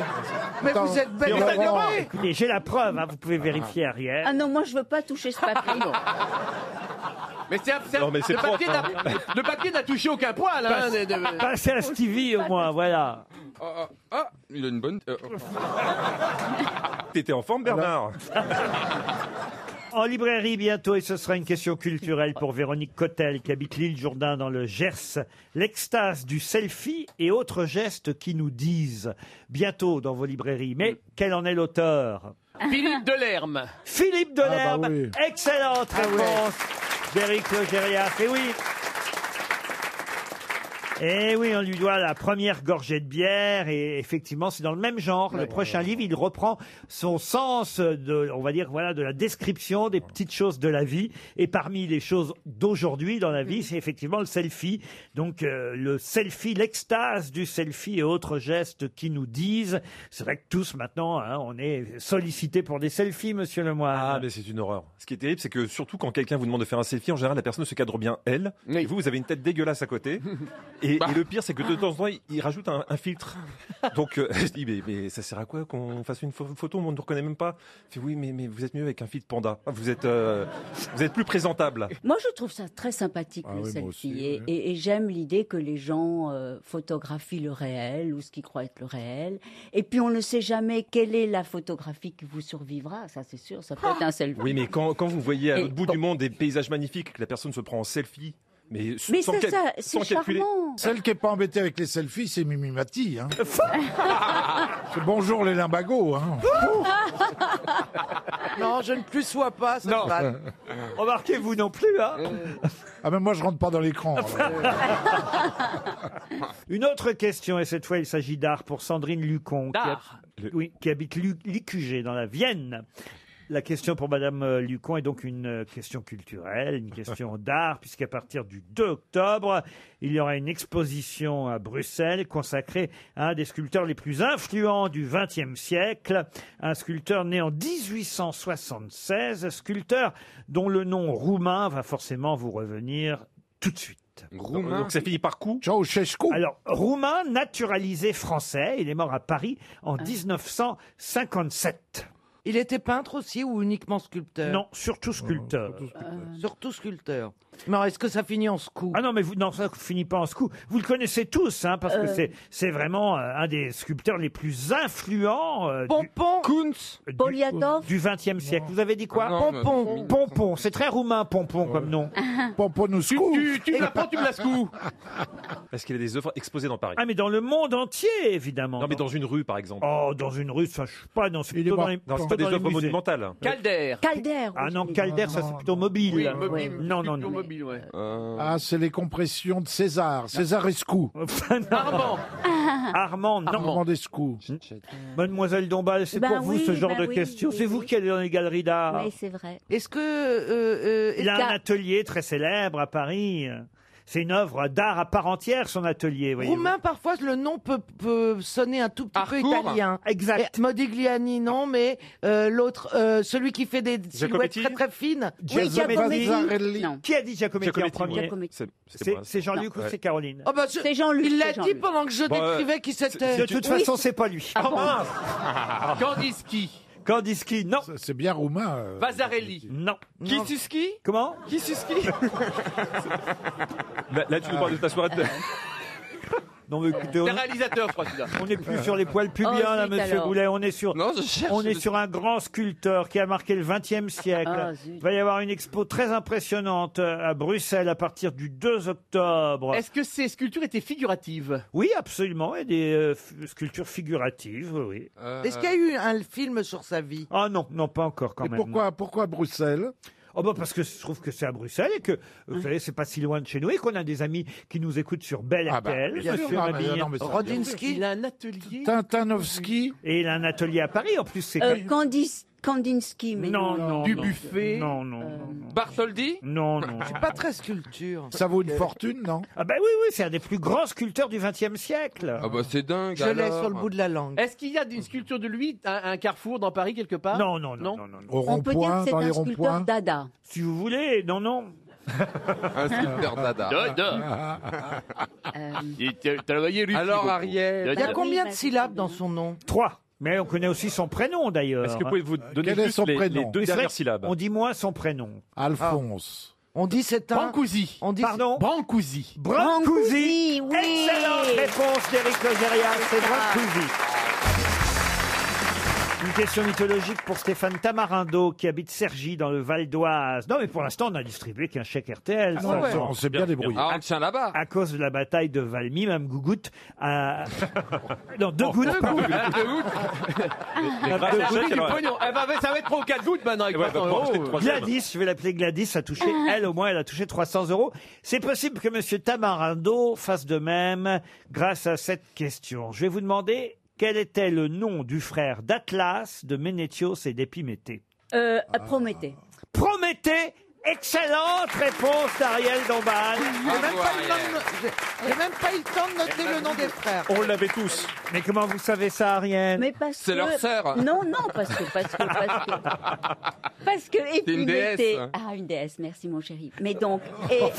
Mais Attends. vous êtes bête Laurent, ignorée. Écoutez, j'ai la preuve, hein, vous pouvez vérifier arrière. Ah non, moi je veux pas toucher ce Ah papier. Mais c'est c'est- Non, mais c'est le, papier propre, hein. n'a- le papier n'a touché aucun poil. Hein, Passe- de- de- Passez à Stevie au moins, voilà. Ah, ah, ah, il a une bonne. euh, T'étais en forme, Bernard En librairie bientôt, et ce sera une question culturelle pour Véronique Cotel qui habite l'île Jourdain dans le Gers. L'extase du selfie et autres gestes qui nous disent. Bientôt dans vos librairies. Mais quel en est l'auteur Philippe Delerme. Philippe Delerme, Ah bah oui. excellente Ah ouais. réponse d'Éric Logérias. Et Eh oui et oui, on lui doit la première gorgée de bière, et effectivement, c'est dans le même genre. Le prochain livre, il reprend son sens de, on va dire, voilà, de la description des petites choses de la vie. Et parmi les choses d'aujourd'hui dans la vie, c'est effectivement le selfie. Donc, euh, le selfie, l'extase du selfie et autres gestes qui nous disent. C'est vrai que tous maintenant, hein, on est sollicité pour des selfies, monsieur Lemoine. Ah, mais c'est une horreur. Ce qui est terrible, c'est que surtout quand quelqu'un vous demande de faire un selfie, en général, la personne se cadre bien elle. Et vous, vous avez une tête dégueulasse à côté. Et, et le pire, c'est que de temps en temps, il, il rajoute un, un filtre. Donc, euh, je dis, mais, mais ça sert à quoi qu'on fasse une pho- photo On ne reconnaît même pas. Il fait, oui, mais, mais vous êtes mieux avec un filtre panda. Vous êtes, euh, vous êtes plus présentable. Moi, je trouve ça très sympathique, Ah le oui, moi selfie. aussi, et ouais. et- et j'aime l'idée que les gens euh, photographient le réel ou ce qu'ils croient être le réel. Et puis, on ne sait jamais quelle est la photographie qui vous survivra. Ça, c'est sûr. Ça peut être un selfie. Oui, mais quand, quand vous voyez à Et l'autre bout du monde des paysages magnifiques, que la personne se prend en selfie, mais, s- Mais sans, c'est cal- ça, sans c'est calculer. charmant. Celle qui n'est pas embêtée avec les selfies, c'est Mimi Mati. hein. C'est bonjour les limbagos. hein. Non, je ne plus sois pas cette vanne. Remarquez, vous non plus, hein Ah, mais moi, je rentre pas dans l'écran. alors. Une autre question, et cette fois il s'agit d'art pour Sandrine Lucon, qui, D'art. hab- oui, qui habite Lu- l'IQG dans la Vienne. La question pour Madame euh, Lucon est donc une euh, question culturelle, une question d'art, puisqu'à partir du 2 octobre, il y aura une exposition à Bruxelles consacrée à un des sculpteurs les plus influents du XXe siècle, un sculpteur né en 1876, sculpteur dont le nom roumain va forcément vous revenir tout de suite. Roumain. Donc ça finit par coup Alors, roumain naturalisé français, il est mort à Paris en 1957. Ah. Il était peintre aussi ou uniquement sculpteur Non, surtout sculpteur. Euh, Surtout sculpteur. Non, est-ce que ça finit en scoop Ah non, mais vous, non, ça finit pas en scoop. Vous le connaissez tous, hein, parce que Euh. c'est, c'est vraiment euh, un des sculpteurs les plus influents. Pompon, Kuntz, Poliatov, du XXe siècle. Vous avez dit quoi Non, mais- Pompon, Pompon. C'est très roumain, Pompon, comme nom. Pomponouscou. Tu, tu me la prends, tu me la secoues. Parce qu'il y a des œuvres exposées dans Paris. Ah, mais dans le monde entier, évidemment. non, mais dans une rue, par exemple. Oh, dans une rue, ça, je sais pas, non, c'est plutôt mort. dans les, Non, plutôt c'est pas des dans les œuvres musées. monumentales. Calder. Calder. Ah non, Calder, ça c'est plutôt mobile. Oui, mobile, non, non, plutôt non. mobile, ouais. Ah, c'est les compressions de César. César Escou. Armand. Ah, Armand, non. Armandescu. Mademoiselle Dombal, c'est Ben pour vous oui, ce genre ben de oui, questions. oui, C'est vous qui allez dans les galeries d'art. Oui, c'est vrai. Est-ce que. euh, euh, Il a est-ce un qu'à- atelier très célèbre à Paris. C'est une œuvre d'art à part entière, son atelier. voyez-vous. Roumain, parfois, le nom peut, peut sonner un tout petit peu Harcourt. italien. Exact. Et Modigliani, non, mais euh, l'autre, euh, celui qui fait des silhouettes Giacometti très très fines. Giacometti. Giacometti. Qui a dit Giacometti, en premier C'est- c'est C'est- moi, C'est Jean-Luc ou Ouais. c'est Caroline Oh bah, je- C'est Jean-Luc. Il l'a c'est dit Jean-Luc. pendant que je Bon, euh, décrivais qui c'était. De toute Oui. façon, c'est pas lui. Ah bon Kandinsky. Kandinsky, non. C'est bien roumain. euh. Vazarelli. Non. Kisuski Comment Kisuski Bah, Là, là, tu nous parles de ta soirée. de- Non, mais écoutez, on C'est un réalisateur, je crois, celui-là. On n'est plus sur les poils pubiens, Oh, là, zut, monsieur alors. Goulet. On est sur, Non, je cherche on est le- sur un grand sculpteur qui a marqué le XXe siècle. Ah, zut. Il va y avoir une expo très impressionnante euh, à Bruxelles à partir du 2 octobre. Est-ce que ces sculptures étaient figuratives Oui, absolument. Et des euh, f- sculptures figuratives, oui. Euh, Est-ce qu'il y a eu un film sur sa vie Ah non, non, pas encore quand Et même. pourquoi, pourquoi Bruxelles Oh bah parce que je trouve que c'est à Bruxelles et que, vous savez, c'est pas si loin de chez nous et qu'on a des amis qui nous écoutent sur Belle Ah bah, RTL, bien monsieur sûr. Ah bah, Mabille. non, mais ça, bien Rodzinski. Il a un atelier. Tintanovski. Et il a un atelier à Paris, en plus, Ah, c'est... Euh, Candice- Kandinsky, mais Non, non, Du non. buffet. Non, non, non. non. Bartholdi Non, non. C'est pas très sculpture. Ça vaut une fortune, non Ah bah oui, oui, c'est un des plus grands sculpteurs du XXe siècle. Ah bah c'est dingue. Je l'ai sur le bout de la langue. Est-ce qu'il y a une sculpture de lui à un carrefour dans Paris quelque part Non, non, non. On peut dire que c'est un sculpteur dada. Si vous voulez, non, non. Un sculpteur dada. Dada. Alors, Ariel. Il y a Dada. combien de syllabes dans son nom Trois. Mais on connaît aussi son prénom d'ailleurs. Est-ce que vous pouvez vous donner Quel est juste son les- prénom les deux Mais c'est vrai dernières que syllabes On dit moins son prénom. Alphonse. On dit c'est un. Brancusi. hein On dit Pardon Brancusi. Brancusi. Excellente réponse d'Éric Logérias, c'est Brancusi. Une question mythologique pour Stéphane Tamarindo qui habite Cergy dans le Val d'Oise. Non mais pour l'instant on a distribué qu'un chèque RTL. Ah, ça, ouais, ouais. ça. On s'est bien Bien, bien. débrouillé. Ah, on tient là-bas. À cause de la bataille de Valmy, Mme Gougout a... non, deux gouttes. pardon. Elle va Deux chercher gouttes. du Ah, pognon. Eh ben, ça va être 3 ou 4 gouttes maintenant avec bah, 300 oh. euros. Gladys, je vais l'appeler Gladys, a touché, Ah. elle au moins, elle a touché 300 euros. C'est possible que Monsieur Tamarindo fasse de même grâce à cette question. Je vais vous demander quel était le nom du frère d'Atlas, de Ménétios et d'Épiméthée. Euh, Prométhée. Prométhée, excellente réponse d'Ariel Euh, Dombal. J'ai même, pas eu le temps de- j'ai- j'ai même pas eu le temps de noter le nom des frères. On l'avait tous. Mais comment vous savez ça, Ariel Mais parce C'est que- leur sœur. Euh, Non, non, parce que parce que parce que parce que C'est une Épiméthée- déesse, hein. Ah, une déesse. Merci, mon chéri. Mais donc, et euh,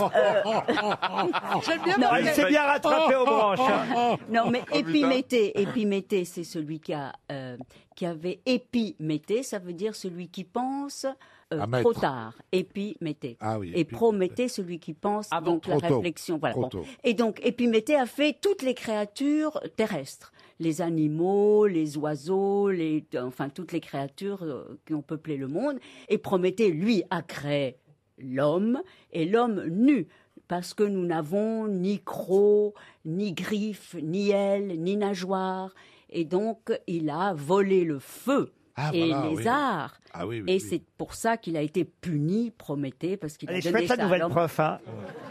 J'aime bien Oh, Non, Ah, il mais- s'est bien rattrapé aux branches. hein. Non, mais Épiméthée, Épiméthée, c'est celui qui a euh, qui avait Épiméthée, ça veut dire celui qui pense euh, À mettre. trop tard. Épiméthée. Ah oui, Et Épiméthée. Prométhée, celui qui pense Ah donc la Trop tôt. réflexion. Voilà. Trop bon. tôt. Et donc Épiméthée a fait toutes les créatures terrestres, les animaux, les oiseaux, les enfin toutes les créatures euh, qui ont peuplé le monde. Et Prométhée, lui, a créé l'homme et l'homme nu parce que nous n'avons ni crocs, ni griffes, ni ailes, ni nageoires. Et donc, il a volé le feu Ah, et voilà, les oui. arts. Ah oui, oui, et oui. c'est pour ça qu'il a été puni, Prométhée, parce qu'il a Allez, je donné fais ça ta à nouvelle l'homme. prof. hein.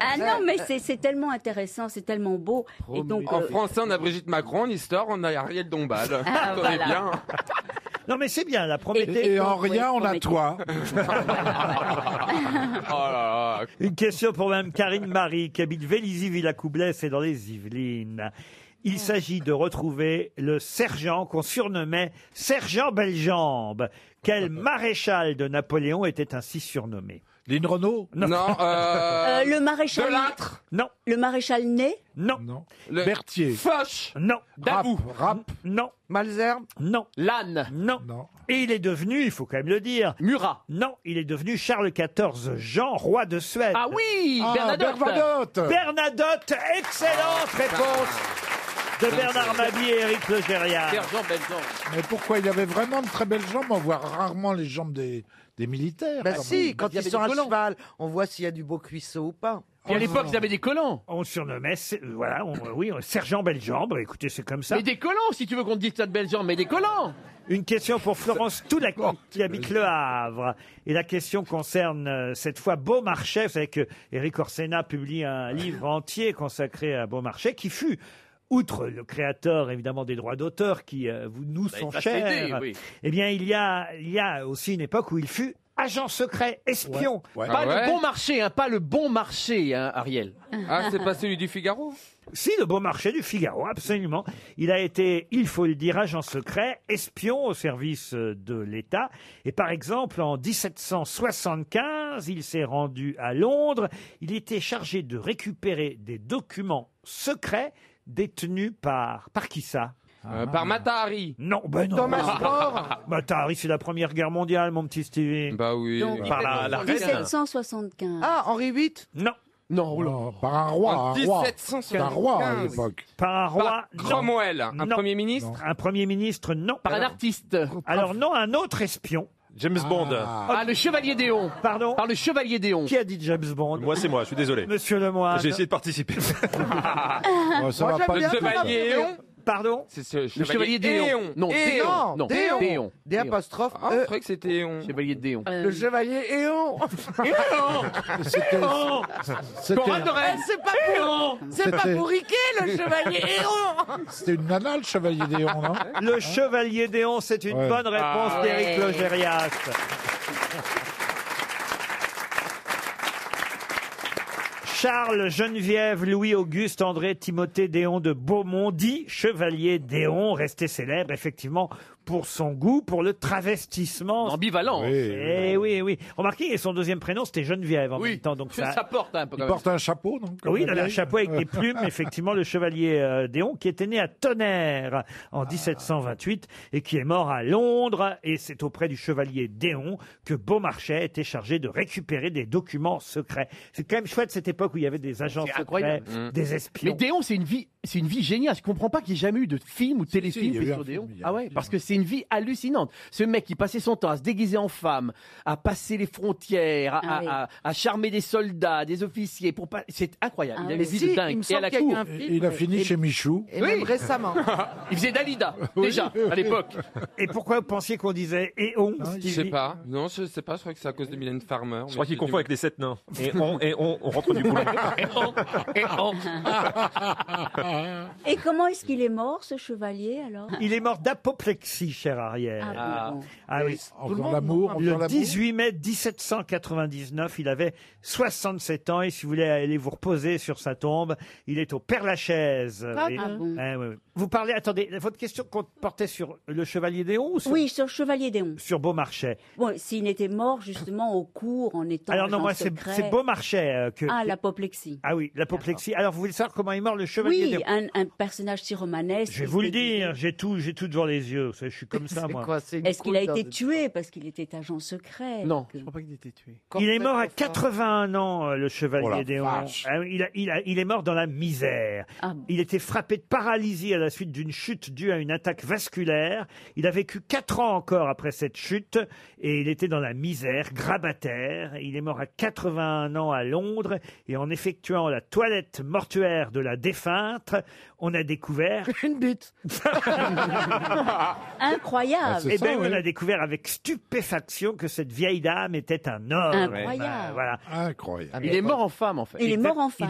Ah non, mais c'est- c'est tellement intéressant, c'est tellement beau. Et donc, en euh, français, on a Brigitte Macron, en histoire, on a Ariel Dombal. Ah, T'en es voilà. bien. Non, mais c'est bien, la Prométhée. Et- et en rien, on a Prométhée. toi. Une question pour Mme Karine Marie, qui habite Vélizy, Villacoublesse et dans les Yvelines. Il s'agit de retrouver le sergent qu'on surnommait Sergent Bellejambe. Quel maréchal de Napoléon était ainsi surnommé Lynn Renault Non. euh, le maréchal. Non. Le maréchal Ney Non. Berthier. Foch. Non. Dabou. Rap. Non. Malzerbe. Non. Lannes. Non. Et il est devenu, il faut quand même le dire. Murat. Non, il est devenu Charles XIV, Jean, roi de Suède. Ah oui, Ah, Bernadotte. Bernadotte. Bernadotte, excellente réponse de Bernard Mabie et Éric Logérias. Sergent Belzon. Mais pourquoi Il avait vraiment de très belles jambes. On voit rarement les jambes des, des militaires. Ah, Bah si, quand il y ils avait sont des à collants. cheval, on voit s'il y a du beau cuisseau ou pas. Puis à l'époque, ils avaient des collants. On surnommait, c'est- euh, voilà, on- euh, oui, euh, Sergent Bellejambe. Écoutez, c'est comme ça. Mais des collants, si tu veux qu'on te dise ça de Belgium, mais des collants Une question pour Florence Toulac, qui habite Le Havre. Et la question concerne euh, cette fois Beaumarchais. Vous savez que Éric Orsena publie un livre entier consacré à Beaumarchais, qui fut, outre le créateur évidemment des droits d'auteur qui euh, vous, nous Bah, il sont va chers, s'aider, oui. eh bien il y, a, il y a aussi une époque où il fut agent secret, espion. Pas le bon marché, hein, pas le bon marché, hein, Ariel. Ah, c'est pas celui du Figaro Si, le beau marché du Figaro, absolument. Il a été, il faut le dire, agent secret, espion au service euh, de l'État. Et par exemple, en 1775, il s'est rendu à Londres. Il était chargé de récupérer des documents secrets détenus par... Par qui ça Euh, par Matahari. Non, ben non. Thomas More Bah, t'as arrivé, c'est la Première Guerre mondiale, mon petit Stevie. Bah oui. Donc, par ah, la, la reine. 1775. Ah, Henri VIII Non. Non, oh là. Par un roi. En un roi. 1775. C'est un roi à l'époque. Par un roi. Par Cromwell, un premier ministre Un premier ministre, non. Par un artiste. Alors non, un autre espion. James Bond. Ah, le chevalier Déon. Pardon Par le chevalier Déon. Qui a dit James Bond Moi, c'est moi, je suis désolé. Monsieur Lemoine. J'ai essayé de participer. Oh, ça va pas Le du tout, ça. chevalier Léon Pardon Le chevalier Déon. Non, Déon. Non, Déon. Déon. Des apostrophes Ah, je croyais que c'était Éon. Chevalier Déon. Euh, Le chevalier Euh, Éon. C'était- Éon. C'était- Conrad de Rennes. Eh, c'est pas Éon. C'est pas C'était- pour Riquet, le chevalier héros C'était une nana, le chevalier Déon, non Le chevalier Déon, c'est une Ouais. bonne réponse Ah. d'Éric Ouais. Logérias. Charles, Geneviève, Louis, Auguste, André, Timothée, Déon de Beaumont, dit Chevalier Déon, resté célèbre effectivement pour son goût, pour le travestissement. Ambivalent. Eh oui, oui. Remarquez, et son deuxième prénom, c'était Geneviève en même temps. Donc Ça, ça, porte un peu. Il quand porte un chapeau, non oui, il avait un chapeau avec des plumes, effectivement, le chevalier euh, Déon, qui était né à Tonnerre en Ah. 1728 et qui est mort à Londres. Et c'est auprès du chevalier Déon que Beaumarchais était chargé de récupérer des documents secrets. C'est quand même chouette cette époque où il y avait des agents secrets, incroyable. Mm. des espions. Mais Déon, c'est une vie, c'est une vie géniale. Je comprends pas qu'il n'y ait jamais eu de film ou si, il téléfilm y a fait eu un sur film, Déon. Ah ouais, parce que c'est une vie hallucinante. Ce mec qui passait son temps à se déguiser en femme, à passer les frontières, à, Ah à- oui. à- à charmer des soldats, des officiers, pour pas. C'est incroyable. Ah il a oui. une vie Si, de dingue. il me et à semble la qu'il y a eu cour. un film. euh, Il a fini chez Michou. Et même récemment. il faisait Dalida déjà à l'époque. Et pourquoi vous pensiez qu'on disait Éon Ah, Je sais pas. Non, je sais pas. Je crois que c'est à cause de Mylène Farmer. Je crois qu'il confond avec les sept nains. Et on, et on, on rentre du boulot. Et comment est-ce qu'il est mort, ce chevalier, alors Il est mort d'apoplexie, cher Arrière. Ah, bon. Ah oui. En faisant l'amour, en Le faisant l'amour. 18 mai 1799, il avait 67 ans et si vous voulez aller vous reposer sur sa tombe, il est au Père Lachaise. Ah oui. bon. Eh oui, oui. Vous parlez, attendez, votre question qu'on portait sur le Chevalier Déon ou sur, Oui, sur Chevalier Déon. sur Beaumarchais Bon, s'il était mort justement au cours en étant. Alors non, agent moi c'est secret. c'est Beaumarchais euh, que... Ah, l'apoplexie. Ah oui, l'apoplexie. Alors vous voulez savoir comment est mort le Chevalier Oui, ah, Déon un, un personnage si romanesque. Je vais vous le dire, j'ai tout, j'ai tout devant les yeux. vous savez, Je suis comme ça, moi. Est-ce qu'il a été tué parce qu'il était agent secret Non, je ne crois pas qu'il était tué. Oh Il est mort à 81 ans, euh, le chevalier Déon. Ah oui, Il, a- il a- il est mort dans la misère. Il était frappé de paralysie à la suite d'une chute due à une attaque vasculaire. Il a vécu 4 ans encore après cette chute et il était dans la misère, grabataire. Il est mort à 81 ans à Londres et en effectuant la toilette mortuaire de la défunte, on a découvert... Une bite Ah, Incroyable. eh bien, on a découvert avec stupéfaction que cette vieille dame était un homme. Incroyable. Ben, voilà. Ah, Il est mort en femme en fait. Exact- Il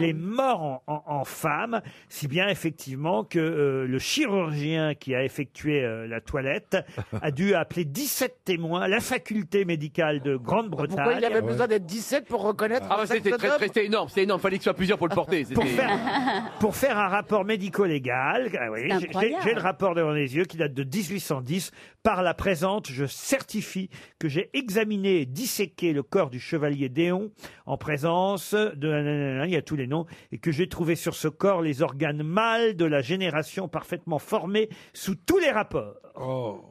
est mort en, en- en femme, si bien effectivement que euh, le chirurgien qui a effectué euh, la toilette a dû appeler 17 témoins, la faculté médicale de Grande-Bretagne. Pourquoi il avait besoin d'être 17 pour reconnaître Ah un bah c'était sacerdoce très, très- c'était énorme, c'était énorme. Fallait que ce soit plusieurs pour le porter. c'était- Pour faire, pour faire un rapport médico-légal, ah oui, C'est j'ai- j'ai incroyable. j'ai le rapport devant les yeux qui date de 1810. Par la présente, je certifie que j'ai examiné et disséqué le corps du chevalier Déon en présence de... nanana, Il y a tous les noms. Et que j'ai trouvé sur ce corps les organes mâles de la génération parfaitement formée sous tous les rapports.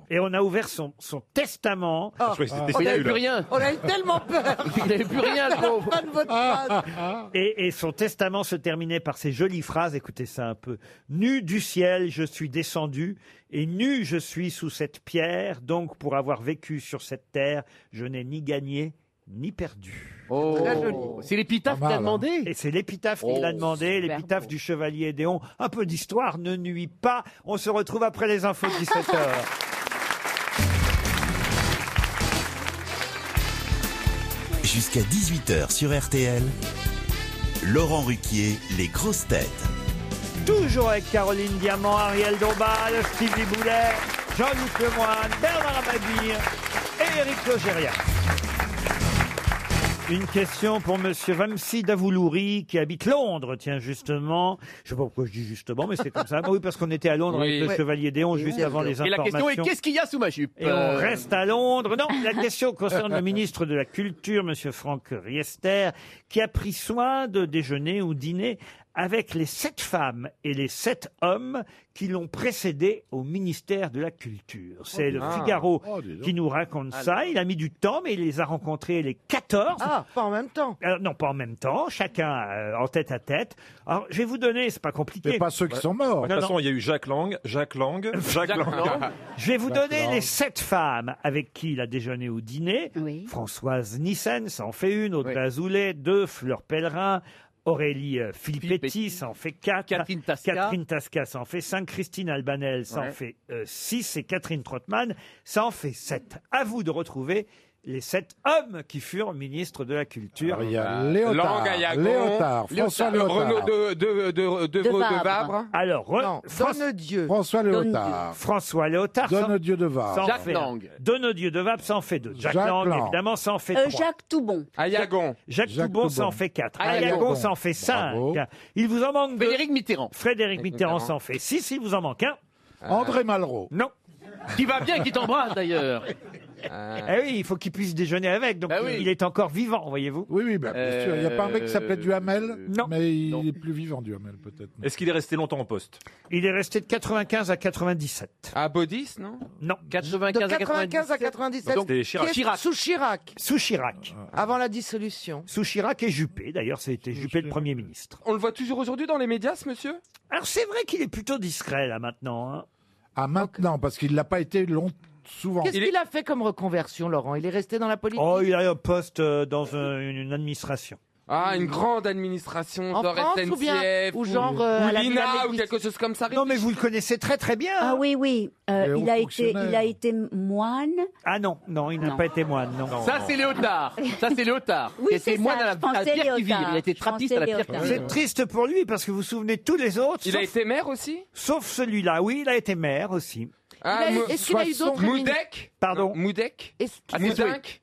Et on a ouvert son, son testament. Ah, on avait plus rien. On a eu tellement peur. Il n'avait plus rien, Ah, le pauvre. Fin de votre phrase. Et, et son testament se terminait par ces jolies phrases, écoutez ça un peu. Nu du ciel, je suis descendu, et nu je suis sous cette pierre, donc pour avoir vécu sur cette terre, je n'ai ni gagné ni perdu. hein. Très joli. Oh. C'est l'épitaphe Pas mal, qu'il a demandé Et c'est l'épitaphe Oh, qu'il a demandé, super l'épitaphe du chevalier Déon. Un peu d'histoire ne nuit pas. On se retrouve après les infos de 17h. Jusqu'à 18h sur RTL, Laurent Ruquier, les grosses têtes. Toujours avec Caroline Diamant, Ariel Dombal, Stevie Boulet, Jean-Luc Lemoyne, Bernard Mabille et Eric Logéria. Une question pour Monsieur Vamsi Davoulouri qui habite Londres, tiens justement. Je sais pas pourquoi je dis justement, mais c'est comme ça. Ah Oui, parce qu'on était à Londres Oui. avec le Ouais. Chevalier Déon juste avant les Et la informations. question est qu'est-ce qu'il y a sous ma jupe Et on Euh, reste à Londres. Non, la question concerne le ministre de la Culture, Monsieur Franck Riester, qui a pris soin de déjeuner ou dîner avec les sept femmes et les sept hommes qui l'ont précédé au ministère de la Culture. C'est dis le donc. Figaro Oh, dis donc. qui nous raconte Alors. ça. Il a mis du temps, mais il les a rencontrés les 14. Ah, pas en même temps. non, pas en même temps. Chacun euh, en tête à tête. Alors, je vais vous donner, c'est pas compliqué. De Non, toute non. façon, il y a eu Jacques Lang, Jacques Lang, Jacques Lang. Je vais vous Jacques donner Lang. les sept femmes avec qui il a déjeuné ou dîné. Françoise Nissen, ça en fait une. Audrey Azoulay, deux. Fleur Pellerin, Aurélie euh, Filippetti s'en fait 4. Catherine Tasca. s'en fait 5. Christine Albanel s'en Ouais. fait 6. Et Catherine Trottmann s'en fait 7. À vous de retrouver les sept hommes qui furent ministres de la Culture. Alors, il y a Ah, Léotard, Laurent Gaillagon, Léotard, François Léotard. Renaud de, de, de, de, de Vabre. Alors, re- Fran- François Léotard. François Léotard. Donnedieu de Vabre. s'en Ah, Jacques fait Lang. un. Donnedieu de Vabre s'en fait deux. Jacques, Jacques Lang, Lang. Ah, évidemment, s'en fait Euh, trois. Jacques Toubon. Ayagon. Jacques, Jacques Toubon Toubon. Ah, s'en fait 4. Ayagon. Ayagon s'en fait 5. Il vous en manque Frédéric Mitterrand. Frédéric Mitterrand s'en fait 6. Il vous en manque un. Ah. André Malraux. Non. Qui va bien et qui t'embrasse d'ailleurs. Eh oui, il faut qu'il puisse déjeuner avec. Donc il- il est encore vivant, voyez-vous. Ah Euh, Oui, oui, bah, bien sûr. Il n'y a pas un mec qui s'appelait Duhamel Non. Mais il est plus vivant, Duhamel, peut-être. Est-ce qu'il est resté longtemps en poste Il est resté de 95 à 97. À Baudis, non Non. 95 De 95 à 97. Donc, c'était Chirac. Qui est- Chirac. Sous Chirac. Euh, Sous Chirac. Avant la dissolution. Sous Chirac et Juppé. D'ailleurs, c'était Juppé le Premier ministre. On le voit toujours aujourd'hui dans les médias, ce monsieur Alors c'est vrai qu'il est plutôt discret là maintenant. hein. Ah, maintenant, parce qu'il l'a pas été long, souvent. Qu'est-ce qu'il a fait comme reconversion, Laurent Il est resté dans la politique Oh, il a eu un poste euh, dans un- une, une administration. Ah, une grande administration, En genre France SNCF, ou bien- ou genre, euh, à la l'INA, Villa ou quelque chose comme ça. Non, mais vous le connaissez très très bien. hein Ah oui, oui. Euh, Les hauts il, a été, fonctionnaires. il a été moine. Ah non, non, il n'a Non. pas été moine. Non. Ça, c'est Léotard. Ça, c'est Léotard. Oui, Qui était c'est ça, moine à la, je pensais à Pierre-Cuville. Léotard. Il a été Je pensais trappiste à la Léotard. Pierre-Cuville. C'est triste pour lui parce que vous vous souvenez de tous les autres. Il a sauf- été maire aussi Sauf celui-là, oui, il a été maire aussi. Ah, Mo- Mo- Soissons- Moudek Pardon Moudek Ah, c'est- Moudinck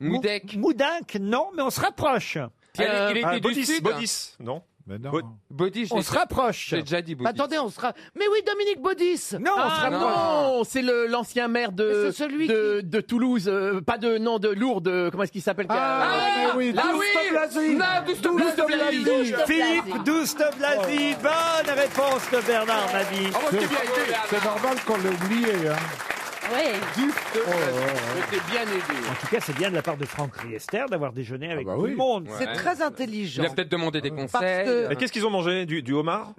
Mou- Moudinck non, mais on se rapproche. Ah, Tiens, euh, il était du Sud. Ah, Baudis, non Baud- Baudis, On se rapproche. J'ai déjà dit Baudis. Attendez, on sera. Mais oui, Dominique Baudis Non, Ah non, c'est le- l'ancien maire de, C'est celui de, de Toulouse, euh, pas de non de Lourdes, euh, comment est-ce qu'il s'appelle Ah, mais oui, là Douste Blazy. Non, Douste Douste Blazy. Blazy. Douste Blazy. Philippe douste Blasi, bonne réponse de Bernard Mabie. Oh, C'est normal qu'on l'ait oublié. Hein. Oui. Oh, J'étais bien aidé. En tout cas, c'est bien de la part de Franck Riester d'avoir déjeuné avec tout le monde. Ouais. Il a peut-être demandé des conseils. Et qu'est-ce qu'ils ont mangé du, du homard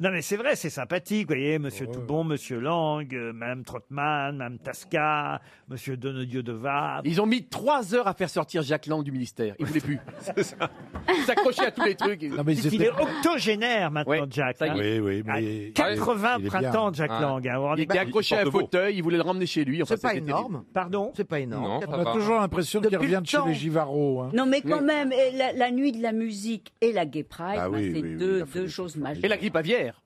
Non mais c'est vrai, c'est sympathique, vous voyez, Monsieur Toubon, Monsieur Lang, euh, Madame Trottmann, Madame Tasca, Monsieur Donnedieu de Vabre. Ils ont mis trois heures à faire sortir Jacques Lang du ministère. Il voulait plus. C'est ça. Il s'accrochait à tous les trucs. Non, mais Il est octogénaire maintenant, Jack. ça y hein. est. Oui, oui, À mais- 80 Il est bien. printemps, Jack Ah. Lang. hein, vous vous Il rendez était compte accroché à un Porte-Beau. fauteuil, il voulait le ramener chez lui. Enfin, C'est pas c'était énorme. Pardon C'est pas énorme. Non, ça On a va. toujours l'impression qu'il Depuis revient le de chez temps. les Givaro. Hein. Non, mais quand même, et la, la nuit de la musique et la Gay Pride, Ah ben, oui, c'est oui, oui, deux, deux choses majeures. Et la grippe aviaire.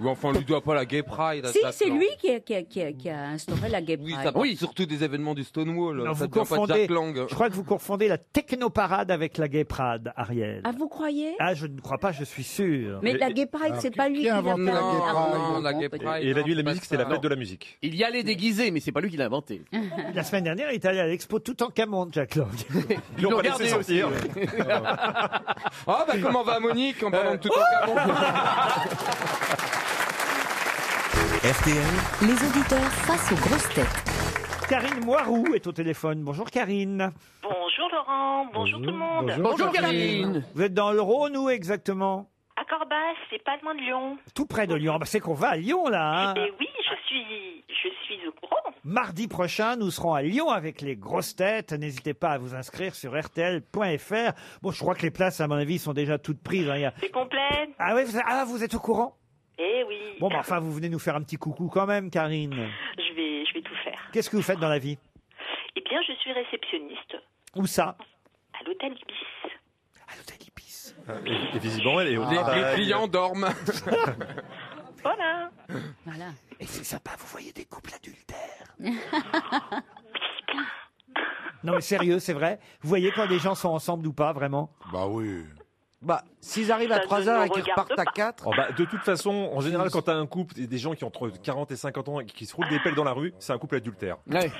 Ou enfin, on lui doit pas la Gay Pride. à Si, Jacques c'est Lang. lui qui a, qui, a, qui, a, qui a instauré la Gay Pride. Oui, ça parle surtout des événements du Stonewall. Non, ça vous ne vient pas de confondez, Jack Lang. je crois que vous confondez la technoparade avec la gay parade, Ariel. Ah, vous croyez Ah, je ne crois pas, je suis sûr. Mais la Gay Pride, c'est pas lui qui l'a fait. Non, la Gay Pride. Et la nuit de la musique, c'était la fête de la musique. Il y allait déguisé, mais c'est pas lui qui l'a inventé. La semaine dernière, il est allé à l'expo tout en Camonde, Jack Lang. Ils l'ont pas laissé sortir. hein. Ah, bah comment va Monique en parlant de tout en Cameroun RTL, Les auditeurs face aux grosses têtes. Karine Moiroux est au téléphone. Bonjour Karine. Bonjour Laurent, bonjour, tout le monde. Vous êtes dans le Rhône où exactement À Corbas, c'est pas loin de Lyon. Tout près de Lyon. Ah bah, c'est qu'on va à Lyon là. hein. Eh oui, je suis, je suis au courant. Mardi prochain, nous serons à Lyon avec les grosses têtes. N'hésitez pas à vous inscrire sur rtl.fr. Bon, je crois que les places, à mon avis, sont déjà toutes prises. hein. Il y a- C'est complet. Ah oui, vous... ah, vous êtes au courant Eh oui. Bon, bah, enfin, vous venez nous faire un petit coucou quand même, Karine. Je vais, je vais tout faire. Qu'est-ce que vous faites dans la vie Eh bien, je suis réceptionniste Où ça à l'hôtel Ibis. Et, et visiblement, elle est au Les- travail. les clients dorment. Voilà. Voilà. Et c'est sympa, vous voyez des couples adultères. Non, mais sérieux, c'est vrai Vous voyez quand des gens sont ensemble ou pas, vraiment Bah oui. Bah, s'ils arrivent à Ça, je 3 ne heures et qu'ils regarde repartent à pas. 4. Oh bah, de toute façon, en général, quand t'as un couple, et des gens qui ont entre 40 et 50 ans et qui se roulent des pelles dans la rue, c'est un couple adultère.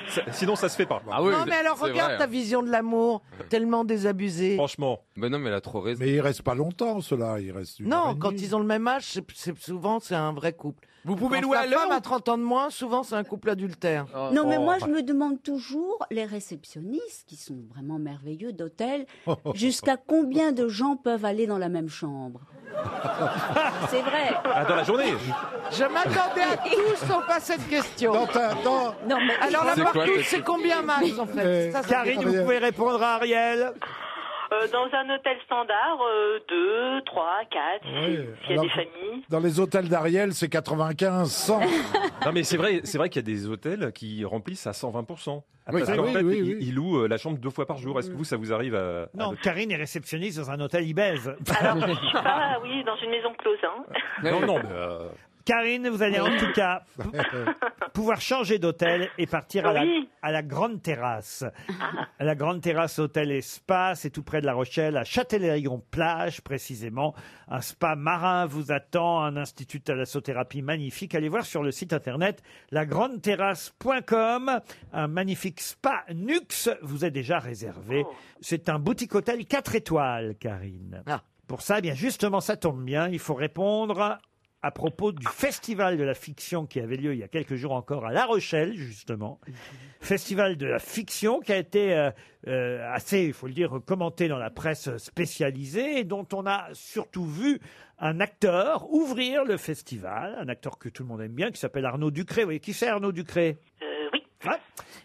Ça- Sinon, ça se fait pas. Ah Ah non, mais alors regarde hein. hein. ta vision de l'amour, tellement désabusée. Franchement. Mais non, mais elle a trop raison. Mais il reste pas longtemps, cela. Il reste. une heure Non, et quand demie. ils ont le même âge, c'est- c'est souvent c'est un vrai couple. Vous pouvez quand louer la à l'heure femme à 30 ans de moins, souvent c'est un couple adultère. Ah, Oh, Non, oh. mais moi, je me demande toujours, les réceptionnistes, qui sont vraiment merveilleux d'hôtel, jusqu'à combien de gens peuvent aller dans la même chambre C'est vrai. Ah, dans la journée Je m'attendais à tout sauf à cette question. Non, mais- Alors la C'est quoi, partout, cette- c'est combien Max en fait Ça, ça Euh, Karine, dépend. vous pouvez répondre à Ariel. Euh, dans un hôtel standard, euh, 2, 3, 4, Oui, il y a alors- des familles. Dans les hôtels d'Ariel, c'est 95, 100. Non, mais c'est vrai, c'est vrai qu'il y a des hôtels qui remplissent à 120%. Oui, parce ah qu'en oui, fait, oui, ils, oui. ils louent euh, la chambre deux fois par jour. Est-ce que vous, ça vous arrive à. à Non, Karine est réceptionniste dans un hôtel Ibèze. Je suis Ah. pas, oui, dans une maison close. hein. Non, non, mais. euh, Karine, vous allez en tout cas pouvoir changer d'hôtel et partir à la, à la grande terrasse. À la grande terrasse hôtel et spa, c'est tout près de La Rochelle, à Châtellerayon plage précisément. Un spa marin vous attend, un institut de thalassothérapie magnifique. Allez voir sur le site internet lagrandeterrasse.com. Un magnifique spa Nux vous est déjà réservé. C'est un boutique hôtel 4 étoiles, Karine. Pour ça, eh bien justement, ça tombe bien, il faut répondre à propos du festival de la fiction qui avait lieu il y a quelques jours encore à La Rochelle, justement. Festival de la fiction qui a été euh, euh, assez, il faut le dire, commenté dans la presse spécialisée et dont on a surtout vu un acteur ouvrir le festival, un acteur que tout le monde aime bien, qui s'appelle Arnaud Ducré. Vous voyez qui c'est Arnaud Ducré oui.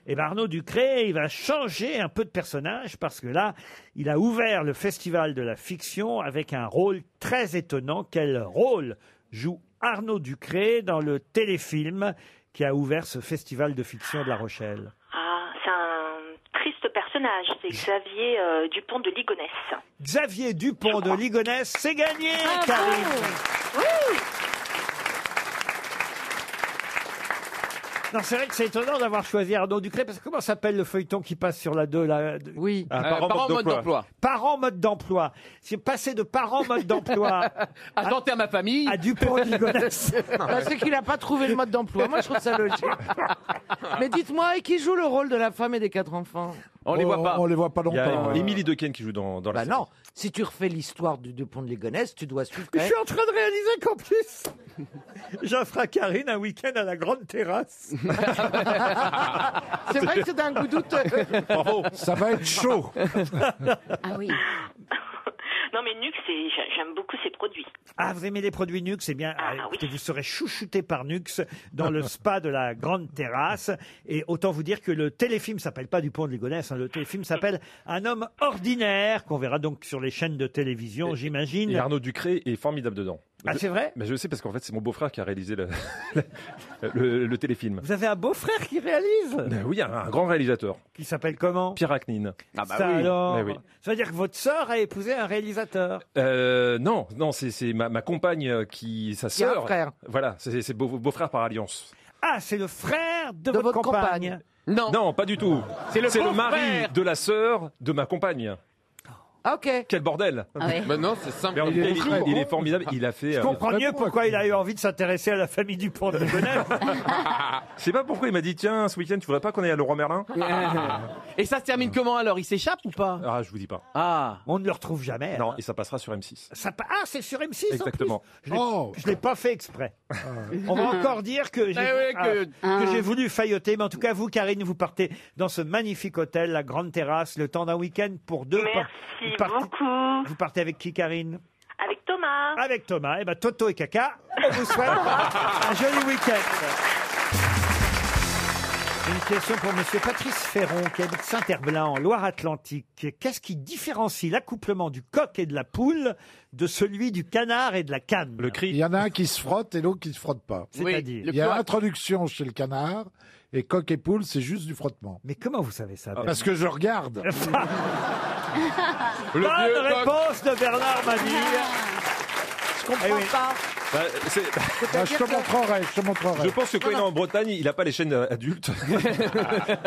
et ben Arnaud Ducré, il va changer un peu de personnage parce que là, il a ouvert le festival de la fiction avec un rôle très étonnant. Quel rôle joue Arnaud Ducré dans le téléfilm qui a ouvert ce festival de fiction de La Rochelle Ah, c'est un triste personnage, c'est Xavier euh, Dupont de Ligonnès. Xavier Dupont de Ligonnès, c'est gagné, Karine. Non, c'est vrai que c'est étonnant d'avoir choisi Arnaud Ducré, parce que comment s'appelle le feuilleton qui passe sur la 2 là Ah, Oui, Euh, Parents, Parents, mode mode d'emploi. d'emploi. Parents mode d'emploi. C'est passé de parents mode d'emploi À tenter à ma famille. à Dupont de Ligonnès. Bah, c'est qu'il n'a pas trouvé le mode d'emploi. Moi, je trouve ça logique. Mais dites-moi, et qui joue le rôle de la femme et des quatre enfants On les voit pas. Oh, On les voit pas Il y a longtemps. Émilie Dequesne qui joue dans, dans la Bah série. non, si tu refais l'histoire du Dupont de Ligonnès, tu dois suivre. Je suis en train de réaliser qu'en plus, j'offre à Karine un week-end à la grande terrasse. C'est vrai que c'est d'un goût douteux. Ça va être chaud. Ah oui. Non, mais Nuc, c'est- j'a- j'aime beaucoup ses produits. Ah, vous aimez les produits Nux Eh bien, Ah, écoutez, vous serez chouchouté par Nux dans le spa de la Grande Terrasse. Et autant vous dire que le téléfilm s'appelle pas Dupont de Ligonnès, hein, le téléfilm s'appelle Un homme ordinaire, qu'on verra donc sur les chaînes de télévision, j'imagine. Et Arnaud Ducré est formidable dedans. Ah, Je- c'est vrai Mais je sais parce qu'en fait, c'est mon beau-frère qui a réalisé le, le- le téléfilm. Vous avez un beau-frère qui réalise Ben oui, un, un grand réalisateur. Qui s'appelle comment Pierre Acnine. Ça alors Ben oui. Ça veut dire que votre sœur a épousé un réalisateur. Euh, non, non, c'est c'est ma, ma compagne euh, qui, sa Qui a un sœur. frère. Voilà, c'est c'est beau- beau-frère par alliance. Ah, c'est le frère de, votre, compagne. Non. pas du tout. C'est le beau mari frère. de la sœur de ma compagne. ok. Quel bordel. Ah ouais. Mais non, c'est simple. Il Il, est il- fou. il est formidable. Il a fait. Je euh, comprends mieux pourquoi il a eu envie de s'intéresser à la famille Dupont de Ligonnès. Ah. Je sais pas pourquoi il m'a dit tiens, ce week-end, tu voudrais pas qu'on aille à Leroy Merlin Et ça se termine comment alors Il s'échappe ou pas Ah, je vous dis pas. Ah. On ne le retrouve jamais. Non, et ça passera sur M6. Ça pa- ah, c'est sur M6 en Exactement. plus. Oh. Je l'ai- Je l'ai pas fait exprès. On va encore dire que j'ai Ah ouais, que- ah, que Ah. j'ai voulu failloter, mais en tout cas, vous, Karine, vous partez dans ce magnifique hôtel, la grande terrasse, le temps d'un week-end pour deux. Par- vous partez, beaucoup. Vous partez avec qui, Karine Avec Thomas. Avec Thomas. Et ben, Toto et Caca, on vous souhaite un joli week-end. Une question pour Monsieur Patrice Ferron, qui habite Saint-Herblain, en Loire-Atlantique. Qu'est-ce qui différencie l'accouplement du coq et de la poule de celui du canard et de la canne Le cri. Il y en a un qui se frotte et l'autre qui se frotte pas. C'est-à-dire Il y a introduction chez le canard et coq et poule, c'est juste du frottement. Mais comment vous savez Ah, ça Parce que je regarde. Bonne vieux coq. réponse Ah, de Bernard Mabille. Eh Je comprends pas. Bah, c'est- Ah, je te montrerai, je te montrerai. Je pense que quand il est en Bretagne, il n'a pas les chaînes euh, adultes.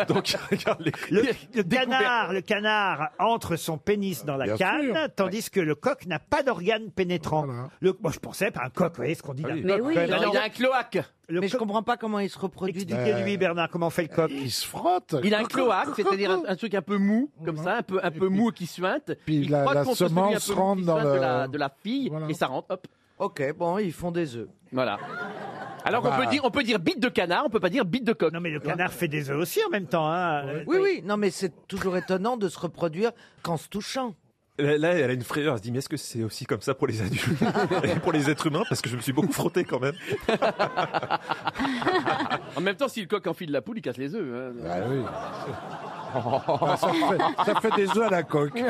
Donc, il regarde les. Le canard, le canard entre son pénis dans la Bien canne, sûr. tandis que le coq n'a pas d'organe pénétrant. Le, moi, je pensais par un coq, vous voyez ce qu'on Ah dit là. Mais oui. Mais il y a un cloaque. Mais je comprends pas comment il se reproduit. Expliquez-lui, Bernard, comment fait le coq. Il se frotte. Il a un cloaque, c'est-à-dire un, un truc un peu mou, comme ça, un peu, un peu mou et qui suinte. Puis il la- frotte la contre celui un peu semence mou qui rentre dans suinte de le- la, de la fille et ça rentre, hop. Ok, bon, ils font des œufs. Voilà. Alors Bah. on peut dire, on peut dire bite de canard, on peut pas dire bite de coq. Non mais le canard fait des œufs aussi en même temps. hein. Oui, oui, non, mais c'est toujours étonnant de se reproduire qu'en se touchant. Là, là, elle a une frayeur. Elle se dit, mais est-ce que c'est aussi comme ça pour les adultes et pour les êtres humains Parce que je me suis beaucoup frotté quand même. En même temps, si le coq enfile la poule, il casse les œufs. hein. Ah, Bah ça, fait, ça fait des œufs à la coque. Mais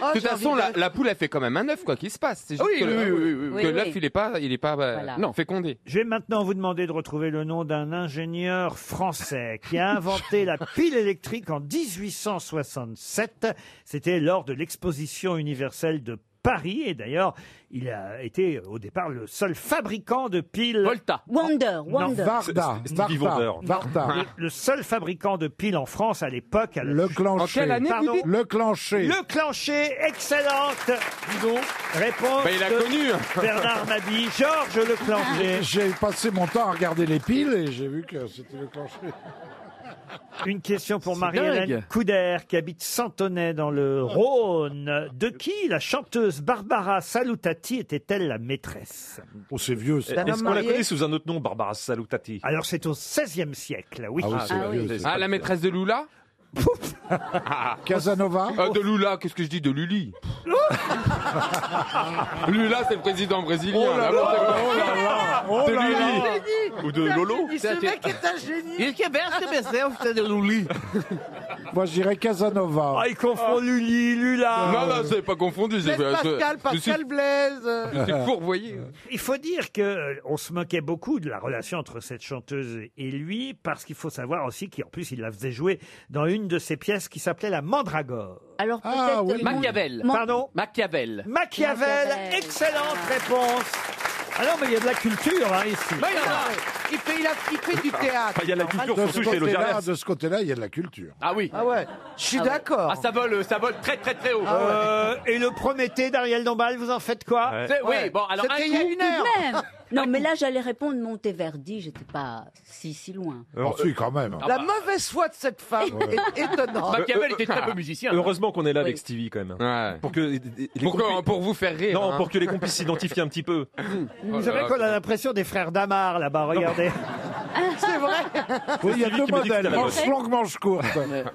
Oh, de toute j'ai façon, envie la, de- la poule, elle fait quand même un œuf, quoi, qu'il se passe. C'est juste Oui, que oui, le- oui, oui, oui. que Oui, l'œuf, oui. il est pas, il est pas euh, Voilà. non, fécondé. Je vais maintenant vous demander de retrouver le nom d'un ingénieur français qui a inventé la pile électrique en 1867. C'était lors de l'exposition universelle de Paris. Et d'ailleurs, il a été au départ le seul fabricant de piles. Volta. Wonder, Wonder. Varda, Stevie Varda, Wonder. Ah. Varda. Le, le seul fabricant de piles en France à l'époque. Le clancher. En quelle année, vous dites Le clancher. Le clancher, excellente. Réponse Bah, il a de connu. Bernard Mabie, Georges Le Clancher. J'ai passé mon temps à regarder les piles et j'ai vu que c'était le clancher. Une question pour C'est Marie-Hélène dingue. Couder, qui habite Santonnet dans le Ah. Rhône. De qui la chanteuse Barbara Salutati était-elle la maîtresse Oh, c'est vieux. Ah Est-ce qu'on la connaît sous un autre nom, Barbara Salutati Alors, c'est au XVIe siècle, oui. Ah, la maîtresse de Lula Ah, Casanova De Lula, qu'est-ce que je dis De Luli Lula, c'est le président brésilien. Oh là là, là, bon, oh là là, oh De là Luli. là. Ou de Lolo Ce mec est un génie. Il Moi, je dirais Casanova. Ah, il confond Luli, Lula. Non, non, c'est pas confondu. c'est- Pascal, je- je suis- Pascal Blaise. je suis fourvoyé. Il faut dire que euh, on se moquait beaucoup de la relation entre cette chanteuse et lui, parce qu'il faut savoir aussi qu'en plus, il la faisait jouer dans une de ses pièces qui s'appelait La Mandragore. Alors Ah peut-être. Ah mon- Machiavel. mon- Pardon Machiavel. Machiavel, Machiavel. excellente réponse. Ah non, mais il y a de la culture hein, ici. Mais il y en a. Il fait, il a- il fait du théâtre. de ce côté-là, de ce côté-là, il y a de la culture. Ah oui. Ah ouais. Je suis d'accord. Ah Ah, ça vole, euh, ça vole très très très haut. Euh, et le Prométhée d'Ariel Dombal, vous en faites quoi C'est- oui, Ouais. bon, alors, C'était un il y a coup- une heure. Tout de même. Non, mais là, j'allais répondre Monteverdi, j'étais pas si, si loin. Alors, si, quand même. La mauvaise foi de cette femme est étonnante. Bah, Bah, Euh, Heureusement qu'on est là avec Oui. Stevie quand même. Pour, que les- les hein. Pour que- complices- pour vous faire rire, Non, hein. pour que les complices s'identifient un petit peu. Oh. Oh Vous savez qu'on a l'impression des frères Damar là-bas, regardez. C'est vrai. Oui, il y a deux modèles, manche longue, manche courte.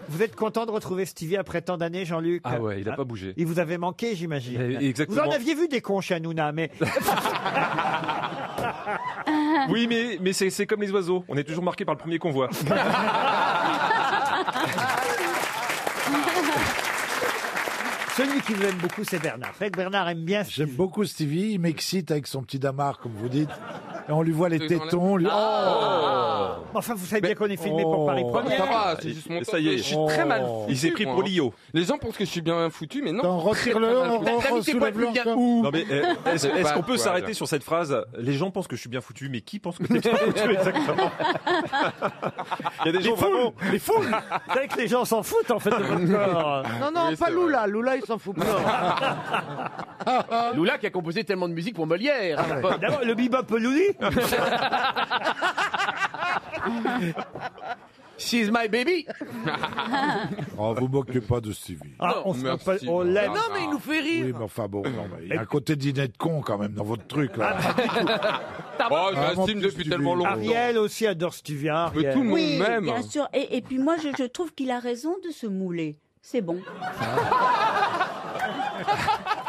Vous êtes content de retrouver Stevie après tant d'années, Jean-Luc Ah ouais, il a pas bougé. Il vous avait manqué, j'imagine. Eh, exactement. Vous en aviez vu des cons chez Hanouna, mais Oui, mais, mais c'est c'est comme les oiseaux. On est toujours marqué par le premier convoi. celui qui vous aime beaucoup, c'est Bernard. Fred Bernard aime bien. J'aime beaucoup Stevie, il m'excite avec son petit damar, comme vous dites. Et on lui voit les Deux tétons. on lui- Ah. Oh Enfin, vous savez bien qu'on est filmé pour Paris Première. Ça va, Ah, c'est juste mon Ça y est. je suis très mal Oh. foutu. Il s'est pris moi, pour hein. Lio. Les gens pensent que je suis bien foutu, mais non. Attends, retire-le, Très, très mal on foutu. re- T'as mis tes soulève-le poils plus bien. encore. Non, mais euh, est-ce C'est est-ce pas qu'on peut quoi, s'arrêter là. sur cette phrase Les gens pensent que je suis bien foutu, mais qui pense que t'es bien foutu exactement Il y a des gens vraiment. Les foules C'est vrai que les gens s'en foutent en fait de votre corps. Ah Non, non, pas Lula. Lula, il s'en fout pas. Ah, Lula qui a composé tellement de musique pour Molière. hein, la pauvre. D'abord, le bebop Louli She's my baby. Oh, vous moquez pas de Stevie. Ah, on se moque pas- on l'aime. Non, mais il nous fait rire. Oui, mais enfin bon, non, mais il y a un côté dîner de con quand même dans votre truc. Ah, Là. Oh, je Ah, l'estime mon depuis petit tellement longtemps. Ariel aussi adore Stevie. hein, Mais Ariel. tout le monde Oui, m'aime. bien sûr. Et, et puis moi, je, je trouve qu'il a raison de se mouler. C'est bon.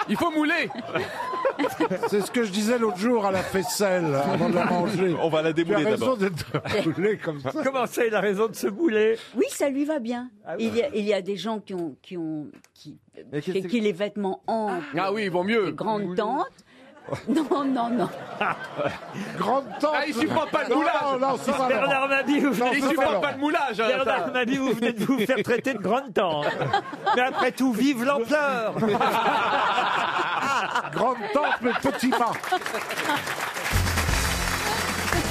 Il faut mouler. C'est ce que je disais l'autre jour à la faisselle avant de la manger. On va la Tu as démouler raison d'abord. d'être roulé comme ça. Comment ça, il a raison de se bouler Oui, ça lui va bien. Il y a, il y a des gens qui ont, qui ont, qui, qu'est-ce chez que- qui les vêtements amples, Ah oui, ils vont mieux. les grandes tentes. Non, non, non. Grande tente. Ah, il supporte pas le Non, moulage. Oh, non, non, ça va, Laurent. Bernard Mabie, vous Non, venez Il ça va, supporte Laurent. pas le moulage. hein, Bernard ça. Mabie, vous venez de vous faire traiter de grande tante. Mais après tout, vive l'ampleur Grande tente, mais petit pas.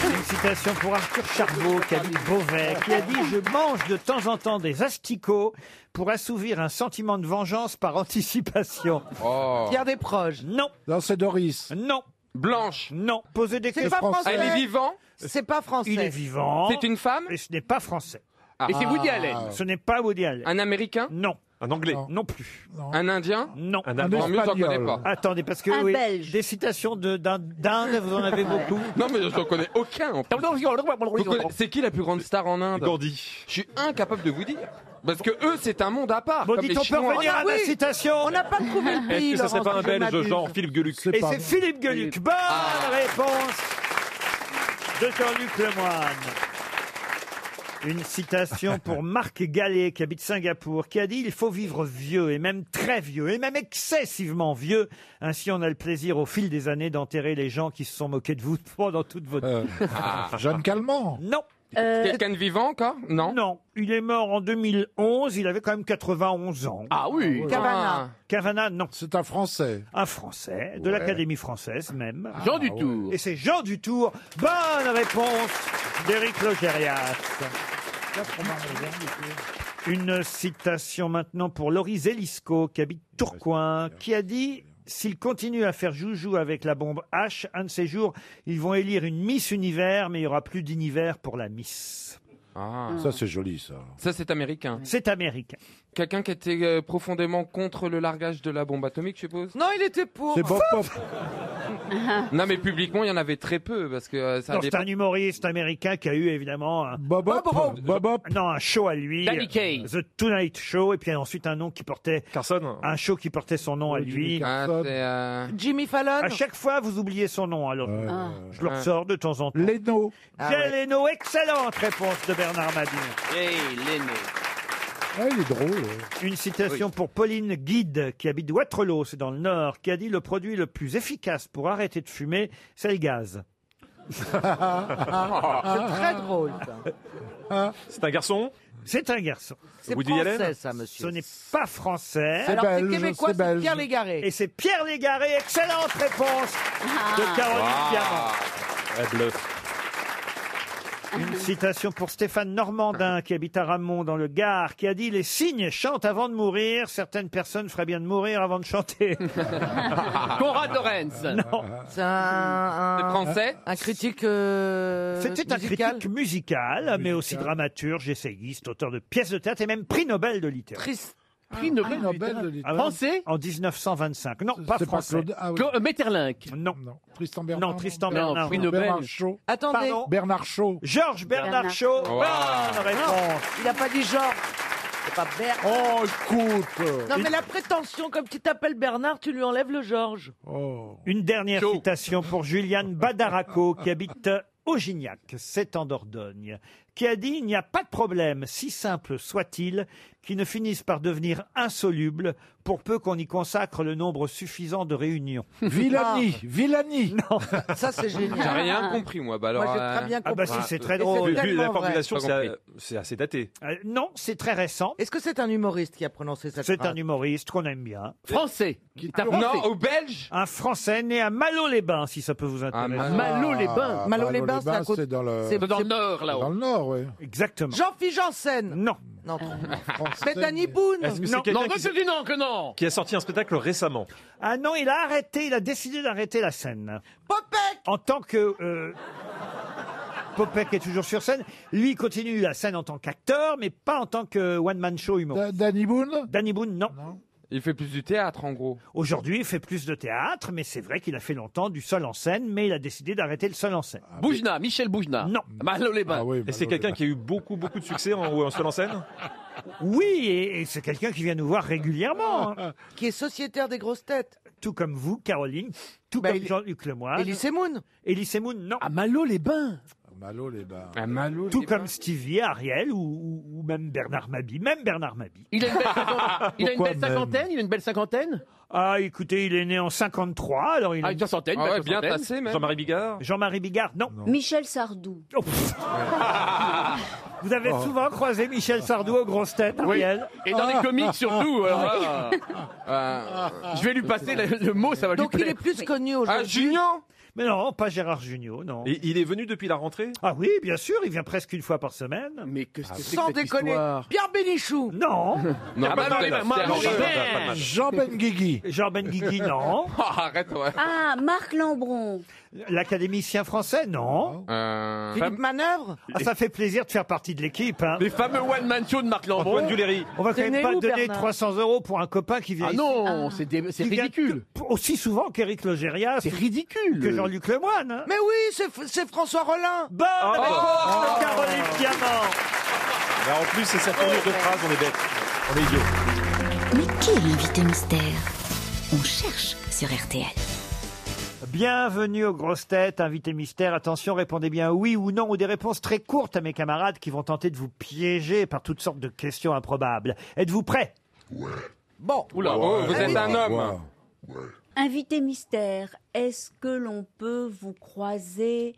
Une citation pour Arthur Charbot, qui habite Beauvais, qui a dit « Je mange de temps en temps des asticots pour assouvir un sentiment de vengeance par anticipation. Oh. Pierre des proches. » Non, Non, c'est Doris. non, Blanche. non. Posez des C'est questions. pas français. Elle est vivante. C'est pas français. Il est vivant. C'est une femme. Ah. Et ce n'est pas français. Et c'est Woody Allen. Ce n'est pas Woody Allen. Un Américain. Non, Un anglais. non plus. Un Indien. Non. Un Un allemand. Non, mieux, j'en Espagnol. connais pas. Attendez, parce que Un oui, Belge. des citations de- d'In- d'Inde, vous en avez beaucoup. Non, mais j'en connais aucun. en fait. Vous connaissez- C'est qui la plus grande star en Inde Gandhi. Je suis incapable de vous dire. Parce que eux, c'est un monde à part. Bon, comme dites, les on peut Chinois. revenir à la citation. On n'a pas trouvé le pays, Est-ce que ça serait Laurent, pas un si je Belge, m'abuse. genre Philippe Gueluc Ah. Et pas c'est bon. Philippe Gueluc. Bonne réponse de Jean-Luc Lemoine. Une citation pour Marc Gallet, qui habite Singapour, qui a dit Il faut vivre vieux, et même très vieux, et même excessivement vieux. Ainsi, on a le plaisir au fil des années d'enterrer les gens qui se sont moqués de vous pendant toute votre vie. Euh. Ah. Jeanne Calment. Non. Quelqu'un de vivant encore Non. Euh, Non. Il est mort en 2011. Il avait quand même 91 ans. Ah oui. Cavana. Cavana, non. C'est un Français. Un Français, de Ouais. Ah, l'Académie française même. Jean Dutour. Et c'est Jean Dutour. Bonne réponse d'Éric Logérias. Une citation maintenant pour Laurie Zelisco, qui habite Tourcoing, qui a dit S'ils continuent à faire joujou avec la bombe H, un de ces jours, ils vont élire une Miss Univers, mais il n'y aura plus d'univers pour la Miss. Ah. Ça, c'est joli, ça. Ça, c'est américain. C'est américain. Quelqu'un qui était euh, profondément contre le largage de la bombe atomique, je suppose Non, il était pour. C'est Bob Pop. Non, mais publiquement, il y en avait très peu, parce que euh, ça Non, dépend- C'est un humoriste américain qui a eu évidemment un... Bob Non, un show à lui. Danny Kaye. The Tonight Show. Et puis ensuite un nom qui portait... Carson. Un show qui portait son nom à lui. Ah, c'est, euh, Jimmy Fallon. À chaque fois, vous oubliez son nom. Alors, Ah. je le ressors de temps en temps. Leno. Ah, Quel Leno Excellente réponse de Bernard Mabille. Ah, il est drôle. ouais. Une citation pour Pauline Guide, qui habite Waterloo, c'est dans le Nord, qui a dit « Le produit le plus efficace pour arrêter de fumer, c'est le gaz. » Ah. C'est très drôle. C'est un garçon Hein C'est un garçon. C'est Woody français, Allen ça, monsieur. Ce n'est pas français. C'est Alors, c'est belge, québécois, c'est c'est belge. Pierre Légaré. Et c'est Pierre Légaré. Excellente réponse Ah. de Caroline Ah. Diamant. Une citation pour Stéphane Normandin, qui habite à Ramon, dans le Gard, qui a dit « Les cygnes chantent avant de mourir. Certaines personnes feraient bien de mourir avant de chanter. Conrad Lorenz. Non. C'est un, un- français Un critique. euh, C'était un musical. critique musical, mais aussi dramaturge, essayiste, auteur de pièces de théâtre et même prix Nobel de littérature. Triste. Prix Ah, Nobel de littérature. Français Ah, En 1925. Non, pas c'est pas français. Claude- ah oui. Cla- euh, Maeterlinck. Non. Tristan Bernard. Non, Tristan Non, Bernard. prix non. Nobel. Bernard Shaw. Attendez. Pardon Bernard Shaw. Georges Bernard Shaw. Wow. Bonne réponse. Il n'a pas dit genre. C'est pas Bernard. Oh, écoute. Non, mais la prétention, comme tu t'appelles Bernard, tu lui enlèves le Georges. Une dernière citation pour Juliane Badaraco, qui habite Augignac, c'est en Dordogne, qui a dit Il n'y a pas de problème, si simple soit-il, qui ne finisse par devenir insoluble pour peu qu'on y consacre le nombre suffisant de réunions. Villani. Villani. Ça, c'est génial. J'ai rien compris, moi. Bah, alors, Moi, j'ai euh, très bien Ah, bah, compris. si, c'est très Et c'est drôle. Vu- vu tellement la vrai. formulation, Pas c'est compris. euh, c'est assez daté. Euh, non, c'est très récent. Est-ce que c'est un humoriste qui a prononcé cette C'est un phrase humoriste qu'on aime bien. Français. C'est un Français. Non, au Belge Un Français né à Malo-les-Bains, si ça peut vous intéresser. Ah, Malo-les-Bains, c'est à côté- c'est dans le- Dans le Nord, là-haut. Dans le Nord, oui. Exactement. Jean-Philippe Janssen. Non. Non. Français. Bethany Boone. Est-ce que c'est Non. quelqu'un Non, qui, non, c'est du non, que non. qui a sorti un spectacle récemment Ah non, il a arrêté, il a décidé d'arrêter la scène. Popek En tant que... euh, Popek est toujours sur scène. Lui, il continue la scène en tant qu'acteur, mais pas en tant que one-man show humoriste. Danny Boone. Danny Boone, non. Il fait plus du théâtre, en gros. Aujourd'hui, il fait plus de théâtre, mais c'est vrai qu'il a fait longtemps du seul en scène, mais il a décidé d'arrêter le seul en scène. Ah, Boujna, Michel Boujna. Non. Malo les bains. Et c'est quelqu'un qui a eu beaucoup, beaucoup de succès en, en seul en scène Oui, et, et c'est quelqu'un qui vient nous voir régulièrement, hein. Qui est sociétaire des grosses têtes. tout comme vous, Caroline, tout Bah, comme il- Jean-Luc Lemoyne. Élysée Moon. Élysée Moon, non. Ah, Malo les bains. Ah, Malo les bains. Ah, Tout comme Stevie, Ariel ou, ou- ou même Bernard Mabi. Même Bernard Mabi. Il a une belle cinquantaine. Il a une Pourquoi belle cinquantaine. Il a une belle cinquantaine. Ah, écoutez, il est né en 53, alors il Ah, une soixantaine. Ah belle ouais, bien soixantaine. tassé, même. Jean-Marie Bigard Jean-Marie Bigard, non. Michel Sardou. Oh, pff. Vous avez souvent croisé Michel Sardou aux grosses têtes, Ariel Oh. Oh. Et dans Ah. les comics surtout. alors ah. là, Euh, je vais lui passer le, le mot, ça va Donc lui il est plaire. Ah, plus connu aujourd'hui. Mais non, pas Gérard Junior, non. Et il est venu depuis la rentrée Ah oui, bien sûr, il vient presque une fois par semaine. Ah Mais qu'est-ce que c'est que Sans cette déconner. histoire Pierre Bénichou. Non Non, Ah, pas Malo mal, les bains. c'est Malo les Argentin, bains. pas mal. Jean Benguigui. Jean Benguigui, non. Ah, arrête, ouais. Ah, Marc Lambron. L'académicien français, non. Euh, Philippe Manœuvre. Ah, ça fait plaisir de faire partie de l'équipe. hein. Les fameux one man show de Marc Antoine Lambron. Duléry. On va quand T'es même né pas où, donner Bernard 300 euros pour un copain qui vient Ah ici. non, c'est dé- c'est Qui vient ridicule. que- aussi souvent qu'Éric Logérias. C'est ridicule. que Jean-Luc Lemoine. hein. Ah. Mais oui, c'est- c'est François Rollin. Ah, Bonne réponse de Caroline Diamant. Mais en plus, c'est sa tournure de phrase, on est bête. Oh, On est idiot. Mais qui est l'invité mystère On cherche sur RTL. Bienvenue aux grosses têtes, invité mystère. Attention, répondez bien oui ou non ou des réponses très courtes à mes camarades qui vont tenter de vous piéger par toutes sortes de questions improbables. Êtes-vous prêts Bon, Oula, oh, vous êtes un homme. invité mystère, est-ce que l'on peut vous croiser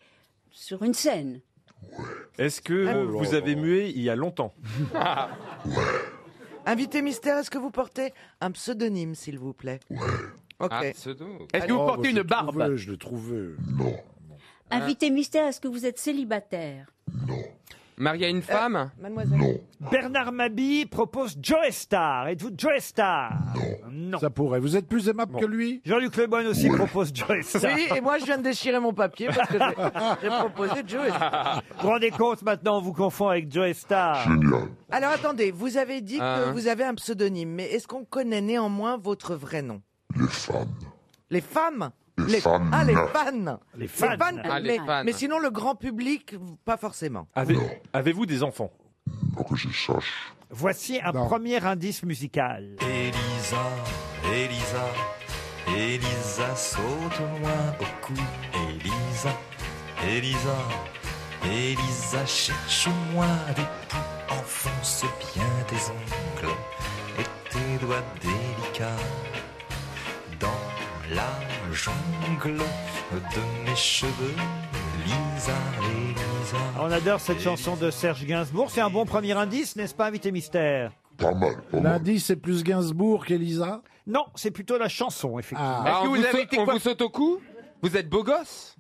sur une scène Est-ce que Ah. vous avez mué il y a longtemps Invité mystère, est-ce que vous portez un pseudonyme, s'il vous plaît Ok. Un pseudo. Est-ce que vous portez une barbe Oh, bah, Je l'ai trouvé. Invité mystère, est-ce que vous êtes célibataire Marié à une femme Mademoiselle. Euh, Bernard Mabie propose Joe Star. Êtes-vous Joe Star non. Ça pourrait. Vous êtes plus aimable que lui Jean-Luc Lemoyne aussi propose Joe Star. Oui, et moi je viens de déchirer mon papier parce que j'ai- j'ai proposé Joe. Vous vous rendez compte maintenant, on vous confond avec Joe Star. Alors attendez, vous avez dit Ah. Hein que vous avez un pseudonyme, mais est-ce qu'on connaît néanmoins votre vrai nom Les femmes. Les femmes Les fans. Ah, les fans Les fans. Ah, les mais, fans. mais sinon, le grand public, pas forcément. Avez- Avez-vous des enfants que je sache. Voici un premier indice musical. Elisa, Elisa, Elisa, saute-moi au cou. Elisa, Elisa, Elisa, cherche-moi des poux. Enfonce bien tes ongles et tes doigts délicats dans la jungle de mes cheveux. Lisa, Elisa. Ah, On adore cette chanson de Serge Gainsbourg. C'est un bon premier indice, n'est-ce pas, invité mystère Pas mal. L'indice, c'est plus Gainsbourg qu'Elisa Non, c'est plutôt la chanson, effectivement. Ah, on vous, saute- été on vous saute au cou Vous êtes beau gosse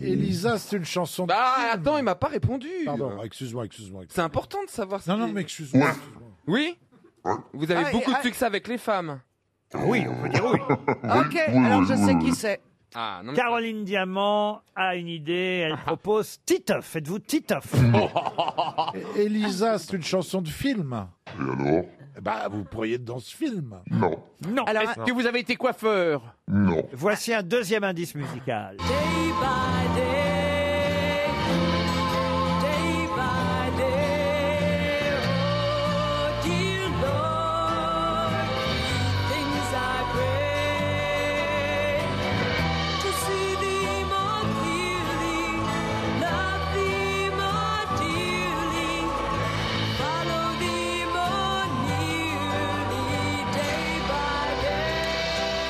Elisa, c'est une chanson. Bah attends, il m'a pas répondu. Pardon, excuse-moi, excuse-moi. C'est important de savoir Non, non, mais excuse-moi. Oui Vous avez Ah, beaucoup et- de succès avec les femmes. Oui, on peut dire oui. Ok, alors je sais qui c'est. Ah, non, mais- Caroline Diamant a une idée, Ah. elle propose Titoff. Êtes-vous Titoff Elisa, c'est une chanson de film. Et alors Bah, vous pourriez être dans ce film. euh, Non. Non. Alors, est-ce que vous avez été coiffeur Non. Voici un deuxième indice musical.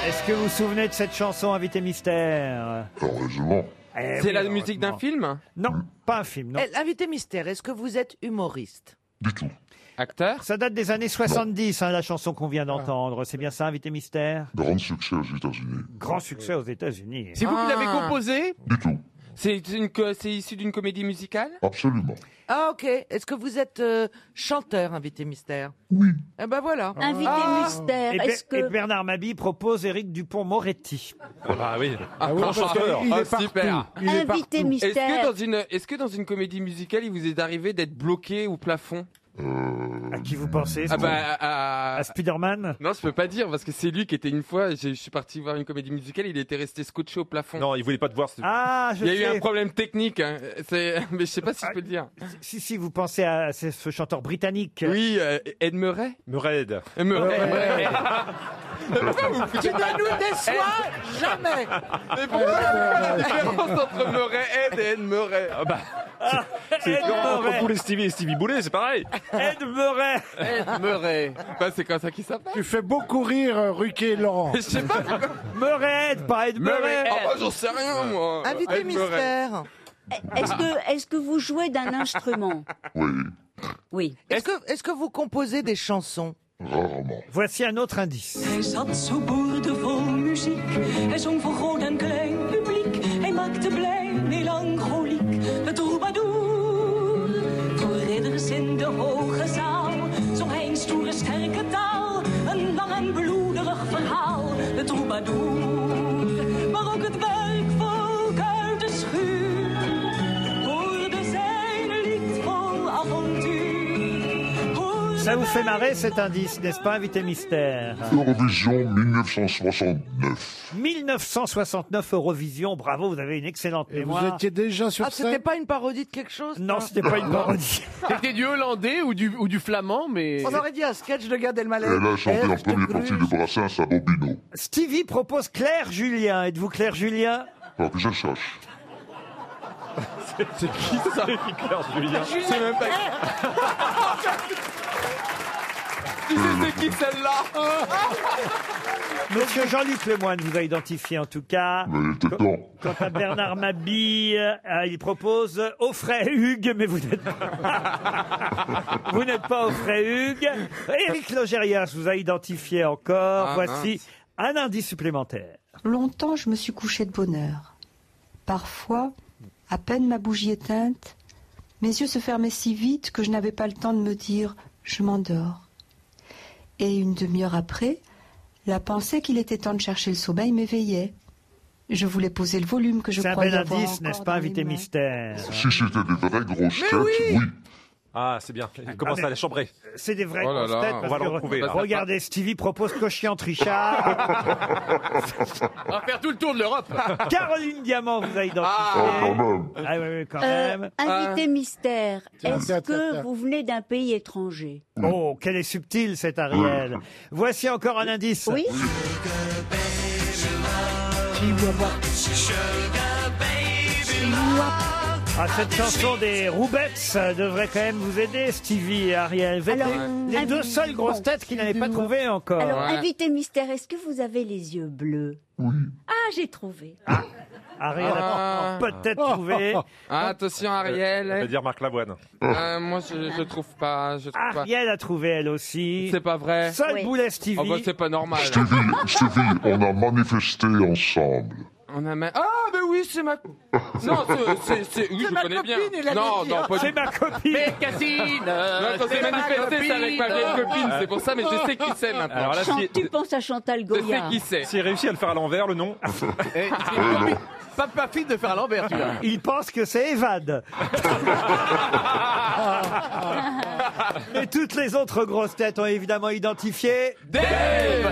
Est-ce que vous vous souvenez de cette chanson, invité mystère Heureusement. Eh C'est oui, la musique d'un heureusement. film Non, pas un film, non. Eh, L'invité mystère, est-ce que vous êtes humoriste Acteur Ça date des années 70, hein, la chanson qu'on Ah. vient d'entendre. C'est bien ça, invité mystère Grand succès aux États-Unis. Grand succès aux États-Unis. C'est vous qui l'avez Ah. composé Du tout. C'est une co- c'est issu d'une comédie musicale Absolument. Ah ok, est-ce que vous êtes euh, chanteur, invité mystère Oui. Eh ben voilà. Invité Ah. mystère, Eh Et, Ber- ben, est-ce et que... Eh ben, Bernard Mabie propose Éric Dupont-Moretti. Ah bah oui. Ah oui, parce qu'il est partout. Il est Invité partout. mystère. oh, Est-ce que, dans une, est-ce que dans une comédie musicale, il vous est arrivé d'être bloqué au plafond Euh, À qui vous pensez Ah vous bah, à, à- Spider-Man Non, je peux pas dire, parce que c'est lui qui était une fois, j'ai- je suis parti voir une comédie musicale, il était resté scotché au plafond. Non, il voulait pas te voir. Ah, je Il y a eu sais. Ah. un problème technique, hein. C'est- mais je sais pas si je peux le dire. Si, si, vous pensez à ce, ce chanteur britannique. Oui, euh, Ed Murray Euh, Murray. Murray. Pourquoi vous Tu foutez ne pas nous déçois jamais Mais pourquoi la différence entre Murray Ed et Ed Murray Ah C'est Ed comme entre Murray. Poul et bah, Stevie et Stevie Boulet, c'est pareil. Ed Murray Ed Murray Bah, c'est comme ça qu'il s'appelle. Tu fais beaucoup rire, euh, Ruquier et Laurent. Je sais pas pourquoi. Murray, pas Ed Murray. Ah, bah, j'en sais rien, moi Invité Ed Murray. mystère. Est-ce que, est-ce que vous jouez d'un instrument Oui. Est-ce que, est-ce que vous composez des chansons Rarement. Voici un autre indice. Hij zat zo boordevol muziek. Hij zong voor groot en klein publiek. Hij maakte blij melancholiek de troubadour. Voor ridders in de hoge zaal zong hij in stoere sterke taal. Een lang en bloederig verhaal, de troubadour. Maar ook het werkvolk uit de schuur hoorde zijn lied vol avontuur. Hoorde Ça vous fait marrer cet indice, n'est-ce pas, invité mystère Eurovision 1969. 1969 Eurovision, bravo, vous avez une excellente mémoire. déjà Ah, c'était pas une parodie de quelque chose Non, ça c'était pas une parodie. C'était du hollandais ou du, ou du flamand, mais. On aurait dit un sketch de Gad Et Elmaleh. Euh, elle a chanté en Eh, première partie de Brassens à Bobino. Stevie propose Claire Julien. Êtes-vous Claire Julien Alors que je sache. C'est qui ça Julien C'est même pas. Tu Euh, sais c'est qui celle-là Monsieur Jean-Luc Lemoine vous a identifié en tout cas. Quant à Bernard Mabille, euh, il propose Offray Hugues, mais vous n'êtes pas. vous n'êtes pas Offray Hugues. Éric Logérias vous a identifié encore. Ah, Voici un indice supplémentaire. Longtemps, je me suis couchée de bonne heure. Parfois, à peine ma bougie éteinte, mes yeux se fermaient si vite que je n'avais pas le temps de me dire je m'endors. Et une demi-heure après, la pensée qu'il était temps de chercher le sommeil m'éveillait. Je voulais poser le volume que je C'est un croyais bel avoir indice, n'est-ce pas, invité mystère Si c'était des vraies grosses têtes, oui. Ah, c'est bien. Il commence Ah, mais- à la chambrer. C'est des vraies Oh là grosses là, têtes, on parce va le que retrouver, là. Regardez, Stevie propose Cochian Trichard. On va faire tout le tour de l'Europe. Caroline Diamant vous a identifié. Ah, quand même. Ah oui, oui, quand Euh, même. invité mystère, Tiens. est-ce Tiens, tiens, que tiens. vous venez d'un pays étranger Oh, quel est subtil cet Ariel. Voici encore un indice. Oui. Ah, cette chanson des Roubettes euh, devrait quand même vous aider, Stevie et Ariel. Vous êtes Alors, les, les invi- deux seules grosses têtes qui n'avaient pas trouvé encore. Alors, invité mystère, est-ce que vous avez les yeux bleus Ah, j'ai trouvé. Ariel a peut-être trouvé. Ah, attention, Ariel. Euh, Elle va dire Marc Lavoine. Euh, moi, je, je trouve pas. Je trouve pas. Ariel a trouvé elle aussi. C'est pas vrai. Seul boulet Stevie. Oh, bah, c'est pas normal. Stevie, Stevie, on a manifesté ensemble. On a ma- Ah, mais oui, c'est ma. Non, c'est- c'est. c'est- Oui, je ma connais bien. copine, il a non, dit. non, pas du- C'est ma copine. Mais Cassine, euh, Non, quand c'est c'est ma manifesté, c'est avec ma vieille copine. copine, c'est pour ça, mais je sais qui c'est maintenant. Alors là, Chan- si- Oh. Tu penses à Chantal Goya S'il réussit à le faire à l'envers, le nom. Pas, pas fine Eh, de faire à l'envers, tu vois. Ah. Il pense que c'est Evad. Mais toutes les autres grosses têtes ont évidemment identifié Dave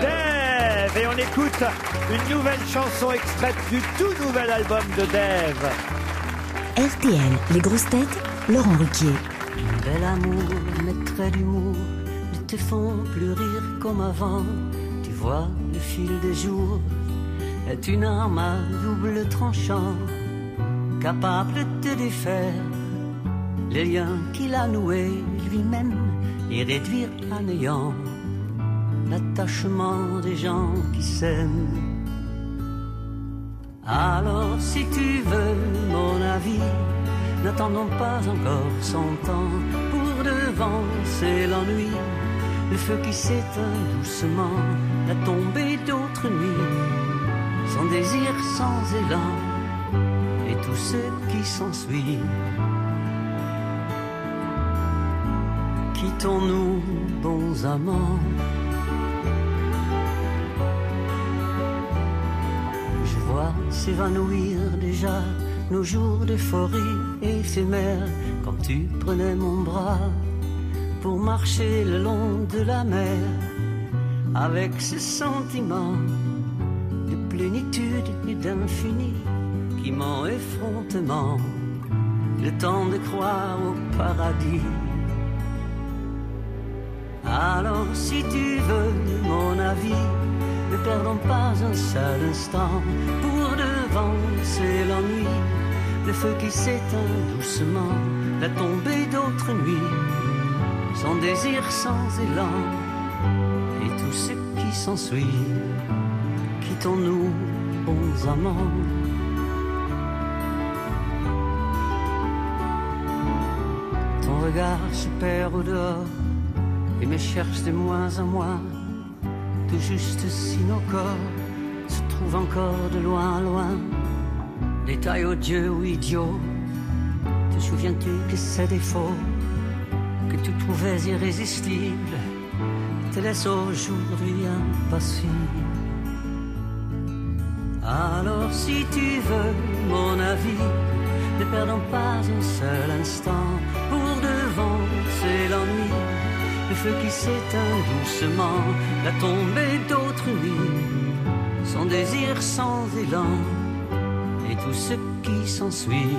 Dave Et on écoute une nouvelle chanson extraite du tout nouvel album de Dave. RTL, les grosses têtes, Laurent Ruquier. Bel amour, mes traits d'humour ne te font plus rire comme avant. Tu vois, le fil des jours est une arme à double tranchant, capable de te défaire les liens qu'il a noués lui-même et réduire à néant l'attachement des gens qui s'aiment. Alors si tu veux mon avis, n'attendons pas encore son temps pour devancer l'ennui, le feu qui s'éteint doucement, la tombée d'autres nuits, sans désir, sans élan, et tout ce qui s'ensuit. Quittons-nous, bons amants. Je vois s'évanouir déjà nos jours d'euphorie éphémère quand tu prenais mon bras pour marcher le long de la mer avec ce sentiment de plénitude et d'infini qui ment effrontement le temps de croire au paradis. Alors si tu veux mon avis, ne perdons pas un seul instant pour devancer l'ennui, le feu qui s'éteint doucement, la tombée d'autres nuits, sans désir, sans élan, et tout ce qui s'ensuit. Quittons-nous, bons amants. Ton regard se perd au dehors et me cherche de moins en moins tout juste si nos corps se trouvent encore de loin en loin. Détail odieux ou idiot, te souviens-tu que ces défauts que tu trouvais irrésistibles te laissent aujourd'hui impassible? Alors si tu veux mon avis, ne perdons pas un seul instant pour devancer l'ennui, le feu qui s'éteint doucement, la tombée d'autres nuits, son désir sans élan, et tout ce qui s'ensuit.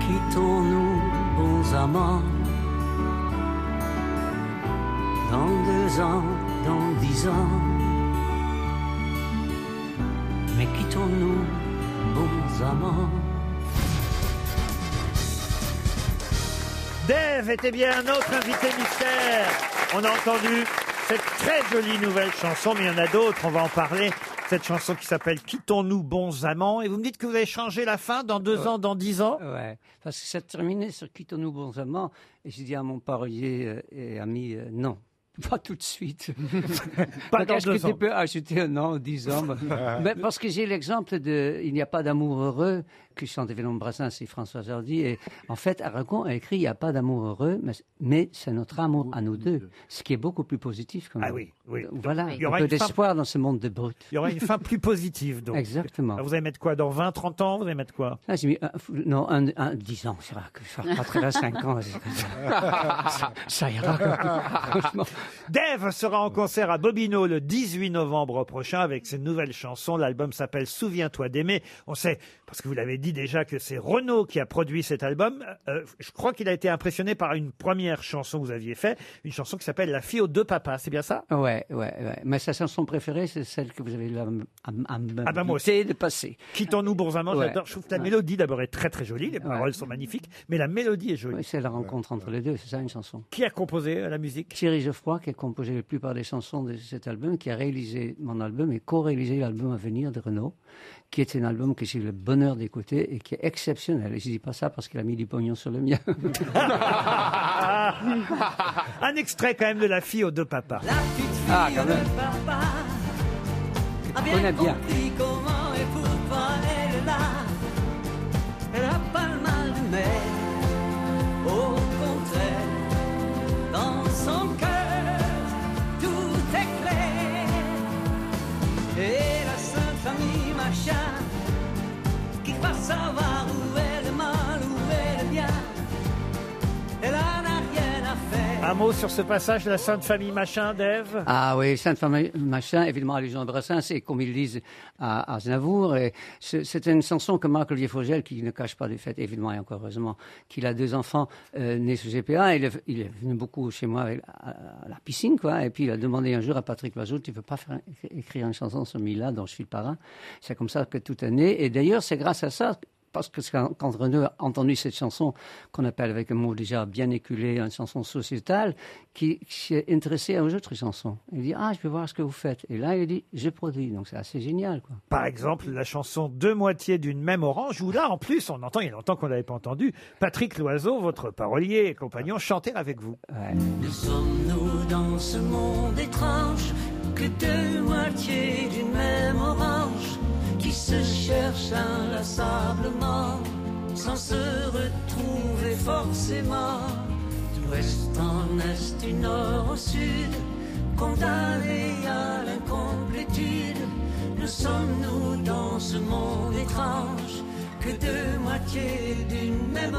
Quittons-nous, bons amants, dans deux ans, dans dix ans, mais quittons-nous, bons amants. Dave était bien notre invité mystère. On a entendu cette très jolie nouvelle chanson, mais il y en a d'autres, on va en parler. Cette chanson qui s'appelle Quittons-nous bons amants. Et vous me dites que vous avez changé la fin dans deux ans, dans dix ans Ouais, parce que ça terminait sur Quittons-nous bons amants. Et j'ai dit à mon parolier euh, et ami, euh, non. Pas tout de suite. Pas Donc, dans est-ce deux que tu ans. peux ajouter un an, dix ans bah, euh, mais Parce que j'ai l'exemple de Il n'y a pas d'amour heureux, que chante Vélon Brassens et François Hardy. Et en fait, Aragon a écrit Il n'y a pas d'amour heureux, mais, mais c'est notre amour à nous deux, ce qui est beaucoup plus positif. Quand Ah même. oui, oui. Voilà, Il y aura un peu une fin- d'espoir dans ce monde de brutes. Il y aura une fin plus positive, donc. Ah, euh, Exactement. Vous allez mettre quoi Dans 20, 30 ans, vous allez mettre quoi Ah, j'ai mis un- non, un, un, 10 ans, ça ira. Que je serai pas là 5 ans. c'est comme ça. Ça- ça ira. Dave sera en concert à Bobino le 18 novembre prochain avec ses nouvelles chansons. L'album s'appelle Souviens-toi d'aimer. On sait, parce que vous l'avez dit déjà, que c'est Renaud qui a produit cet album. Euh, je crois qu'il a été impressionné par une première chanson que vous aviez faite, une chanson qui s'appelle La fille aux deux papas. C'est bien ça Ouais, ouais, ouais. Mais sa chanson préférée, c'est celle que vous avez là à, m- à m- Ah bah moi invité de passer. Quittons-nous, bons amants, Ouais. j'adore. Je trouve que la Ouais. mélodie d'abord est très très jolie, les paroles sont magnifiques, mais la mélodie est jolie. Oui, c'est la rencontre entre les deux, c'est ça une chanson. Qui a composé euh, la musique Thierry Geoffroy, qui a composé la plupart des chansons de cet album, qui a réalisé mon album et co-réalisé l'album à venir de Renaud, qui est un album que j'ai eu le bonheur d'écouter et qui est exceptionnel. Et je dis pas ça parce qu'il a mis du pognon sur le mien. Un extrait quand même de La fille aux deux papas. Ah, quand même. a On a bien bien. compris comment et pourquoi elle est là. Elle a pas le mal de mer, au contraire, dans son cœur, tout est clair. Et la Sainte Famille machin, qui croit savoir où est le mal, où est le bien, elle en a rien à faire. Un mot sur ce passage de la Sainte Famille Machin, Dave Ah oui, Sainte Famille Machin, évidemment allusion à Brassens et comme ils disent à à Aznavour. Et c'est c'est une chanson que Marc Olivier Fogel, qui ne cache pas des faits, évidemment et encore heureusement, qu'il a deux enfants euh, nés sous GPA. Il est, il est venu beaucoup chez moi avec- à, à la piscine, quoi. Et puis il a demandé un jour à Patrick Loiseau, tu veux pas faire, un- écrire une chanson sur Mila dont je suis le parrain C'est comme ça que tout est né. Et d'ailleurs, c'est grâce à ça parce que quand quand Renaud a entendu cette chanson, qu'on appelle avec un mot déjà bien éculé, une chanson sociétale, qui s'est intéressé aux autres chansons. Il dit Ah, je vais voir ce que vous faites. Et là, il dit Je produis. Donc c'est assez génial. Quoi. Par exemple, la chanson Deux moitiés d'une même orange, où là, en plus, on entend, il y a longtemps qu'on l'avait pas entendu, Patrick Loiseau, votre parolier et compagnon, chanter avec vous. Nous sommes-nous dans ce monde étrange que deux moitiés d'une même orange qui se cherchent inlassablement sans se retrouver forcément d'ouest en est, du nord au sud, condamnés à l'incomplétude. Nous sommes-nous dans ce monde étrange que deux moitiés d'une même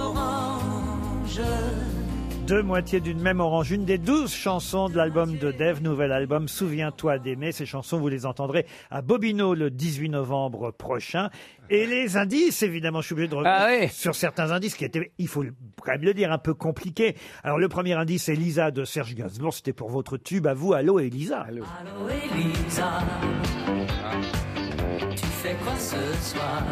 orange. Deux moitiés d'une même orange, une des douze chansons de l'album de Dave, nouvel album Souviens-toi d'aimer. Ces chansons, vous les entendrez à Bobino le 18 novembre prochain. Et les indices, évidemment, je suis obligé de revenir sur certains indices qui étaient, il faut le- quand même le dire, un peu compliqués. Alors le premier indice, c'est Lisa de Serge Gainsbourg. C'était pour votre tube à vous, Allô Elisa. Allô Oh, Elisa, tu fais quoi ce soir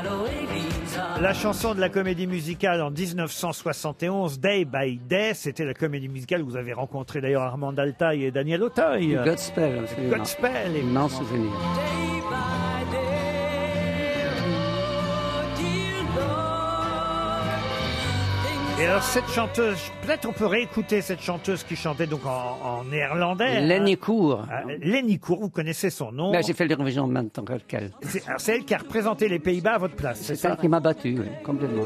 Allô Elisa, La chanson de la comédie musicale en 1971, Day by Day, c'était la comédie musicale où vous avez rencontré d'ailleurs Armand Altaï et Daniel Auteuil. Godspell, absolument. Godspell, Non, souvenir. day by day, oh dear Lord. Et alors cette chanteuse, peut-être on peut réécouter cette chanteuse qui chantait donc en, en néerlandais. Lenny Court. Euh, Lenny Court, vous connaissez son nom. Là, Ben, j'ai fait l'Eurovision en même temps qu'elle. C'est alors, c'est elle qui a représenté les Pays-Bas à votre place. C'est celle qui m'a battu, oui, complètement.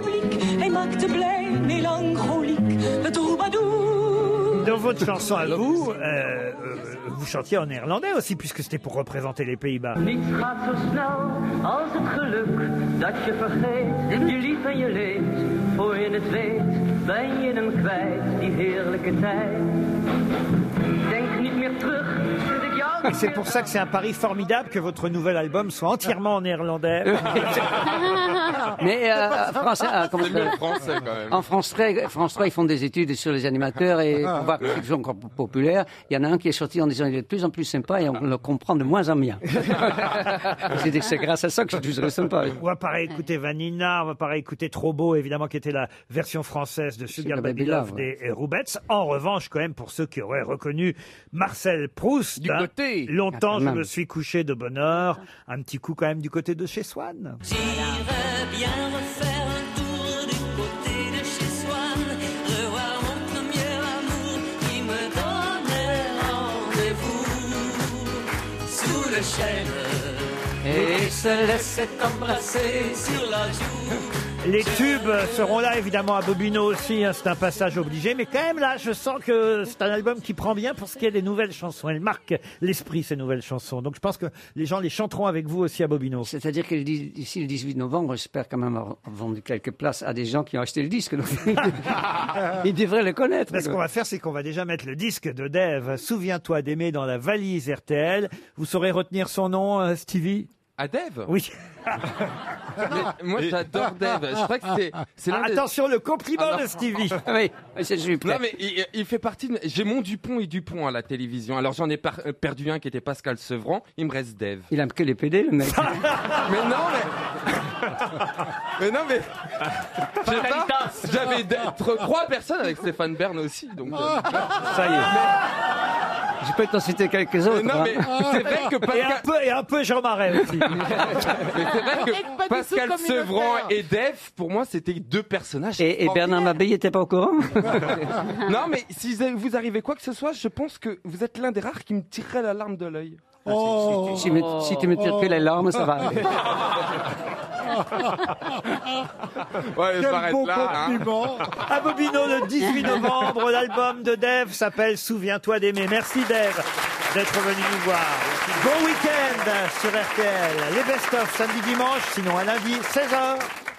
Et Mac de blé, mélancolique, le troubadour. Dans votre chanson à vous, euh, euh, vous chantiez en néerlandais aussi, puisque c'était pour représenter les Pays-Bas. Niets gaat zo snel als het geluk dat je vergeet. Je lief en je leed, voor je het weet, ben je hem kwijt, die heerlijke tijd. Denk niet meer terug, zit ik jou Et c'est pour ça que c'est un pari formidable que votre nouvel album soit entièrement en néerlandais. Mais euh, français, euh, comment C'est ça mieux le français, quand même. En France 3, France 3, ils font des études sur les animateurs et Ah. pour voir s'ils sont encore populaires. Il y en a un qui est sorti en disant il est de plus en plus sympa et on le comprend de moins en moins. J'ai dit c'est grâce à ça que je suis toujours sympa. On va pas réécouter Vanina, on va pas réécouter Trop beau, évidemment, qui était la version française de Sugar Sugar Baby Baby Love Love, des Roubettes. En revanche, quand même, pour ceux qui auraient reconnu Marcel Proust, hein, Ah, longtemps quand je même. me suis couché de bonne heure, un petit coup quand même du côté de chez Swann. J'irais bien refaire un tour du côté de chez Swan, revoir mon premier amour qui me donnait rendez-vous sous le chêne. Et il se laissait embrasser sur la joue. Les tubes seront là, évidemment, à Bobino aussi, hein, c'est un passage obligé, mais quand même là, je sens que c'est un album qui prend bien pour ce qui est des nouvelles chansons. Elles marquent l'esprit, ces nouvelles chansons. Donc je pense que les gens les chanteront avec vous aussi à Bobino. C'est-à-dire que le dix- d'ici le 18 novembre, j'espère quand même avoir vendu quelques places à des gens qui ont acheté le disque. donc. Ils devraient le connaître. Ben, ce qu'on va faire, c'est qu'on va déjà mettre le disque de Dave, Souviens-toi d'aimer, dans la valise RTL. Vous saurez retenir son nom, euh, Stevie À Dave Oui. Mais Ah, moi, j'adore Dave. Je crois que c'est- c'est l'un des- Attention, le compliment Alors- de Stevie. oui, je suis ah. Non, mais il, il fait partie de... J'ai mon Dupont et Dupont à la télévision. Alors, j'en ai par- euh, perdu un qui était Pascal Sevran. Il me reste Dave. Il aime que les PD, le mec. Mais non, mais... mais non, mais... Je sais pas, J'avais d- tro- trois personnes avec Stéphane Bern aussi, donc... euh. Ça y est. Je peux t'en citer quelques autres. non, hein. mais c'est vrai que Et un Pascal... peu, et un peu Jean Marais aussi. mais c'est vrai que Et pas du tout Pascal communautaire. Sevran et Dave, pour moi, c'était deux personnages Et, et Bernard Mabille était pas au courant non, mais si vous arrivez quoi que ce soit, je pense que vous êtes l'un des rares qui me tirerait la larme de l'œil. Ah, si, si tu me- si tu me tires que la larme, ça Ah, va. Ouais, Quel s'arrête bon là. hein. À Bobino, le 18 novembre, l'album de Dave s'appelle Souviens-toi d'aimer. Merci Dave d'être venu nous voir. Bon week-end sur RTL. Les best-of samedi dimanche, sinon à lundi, 16h.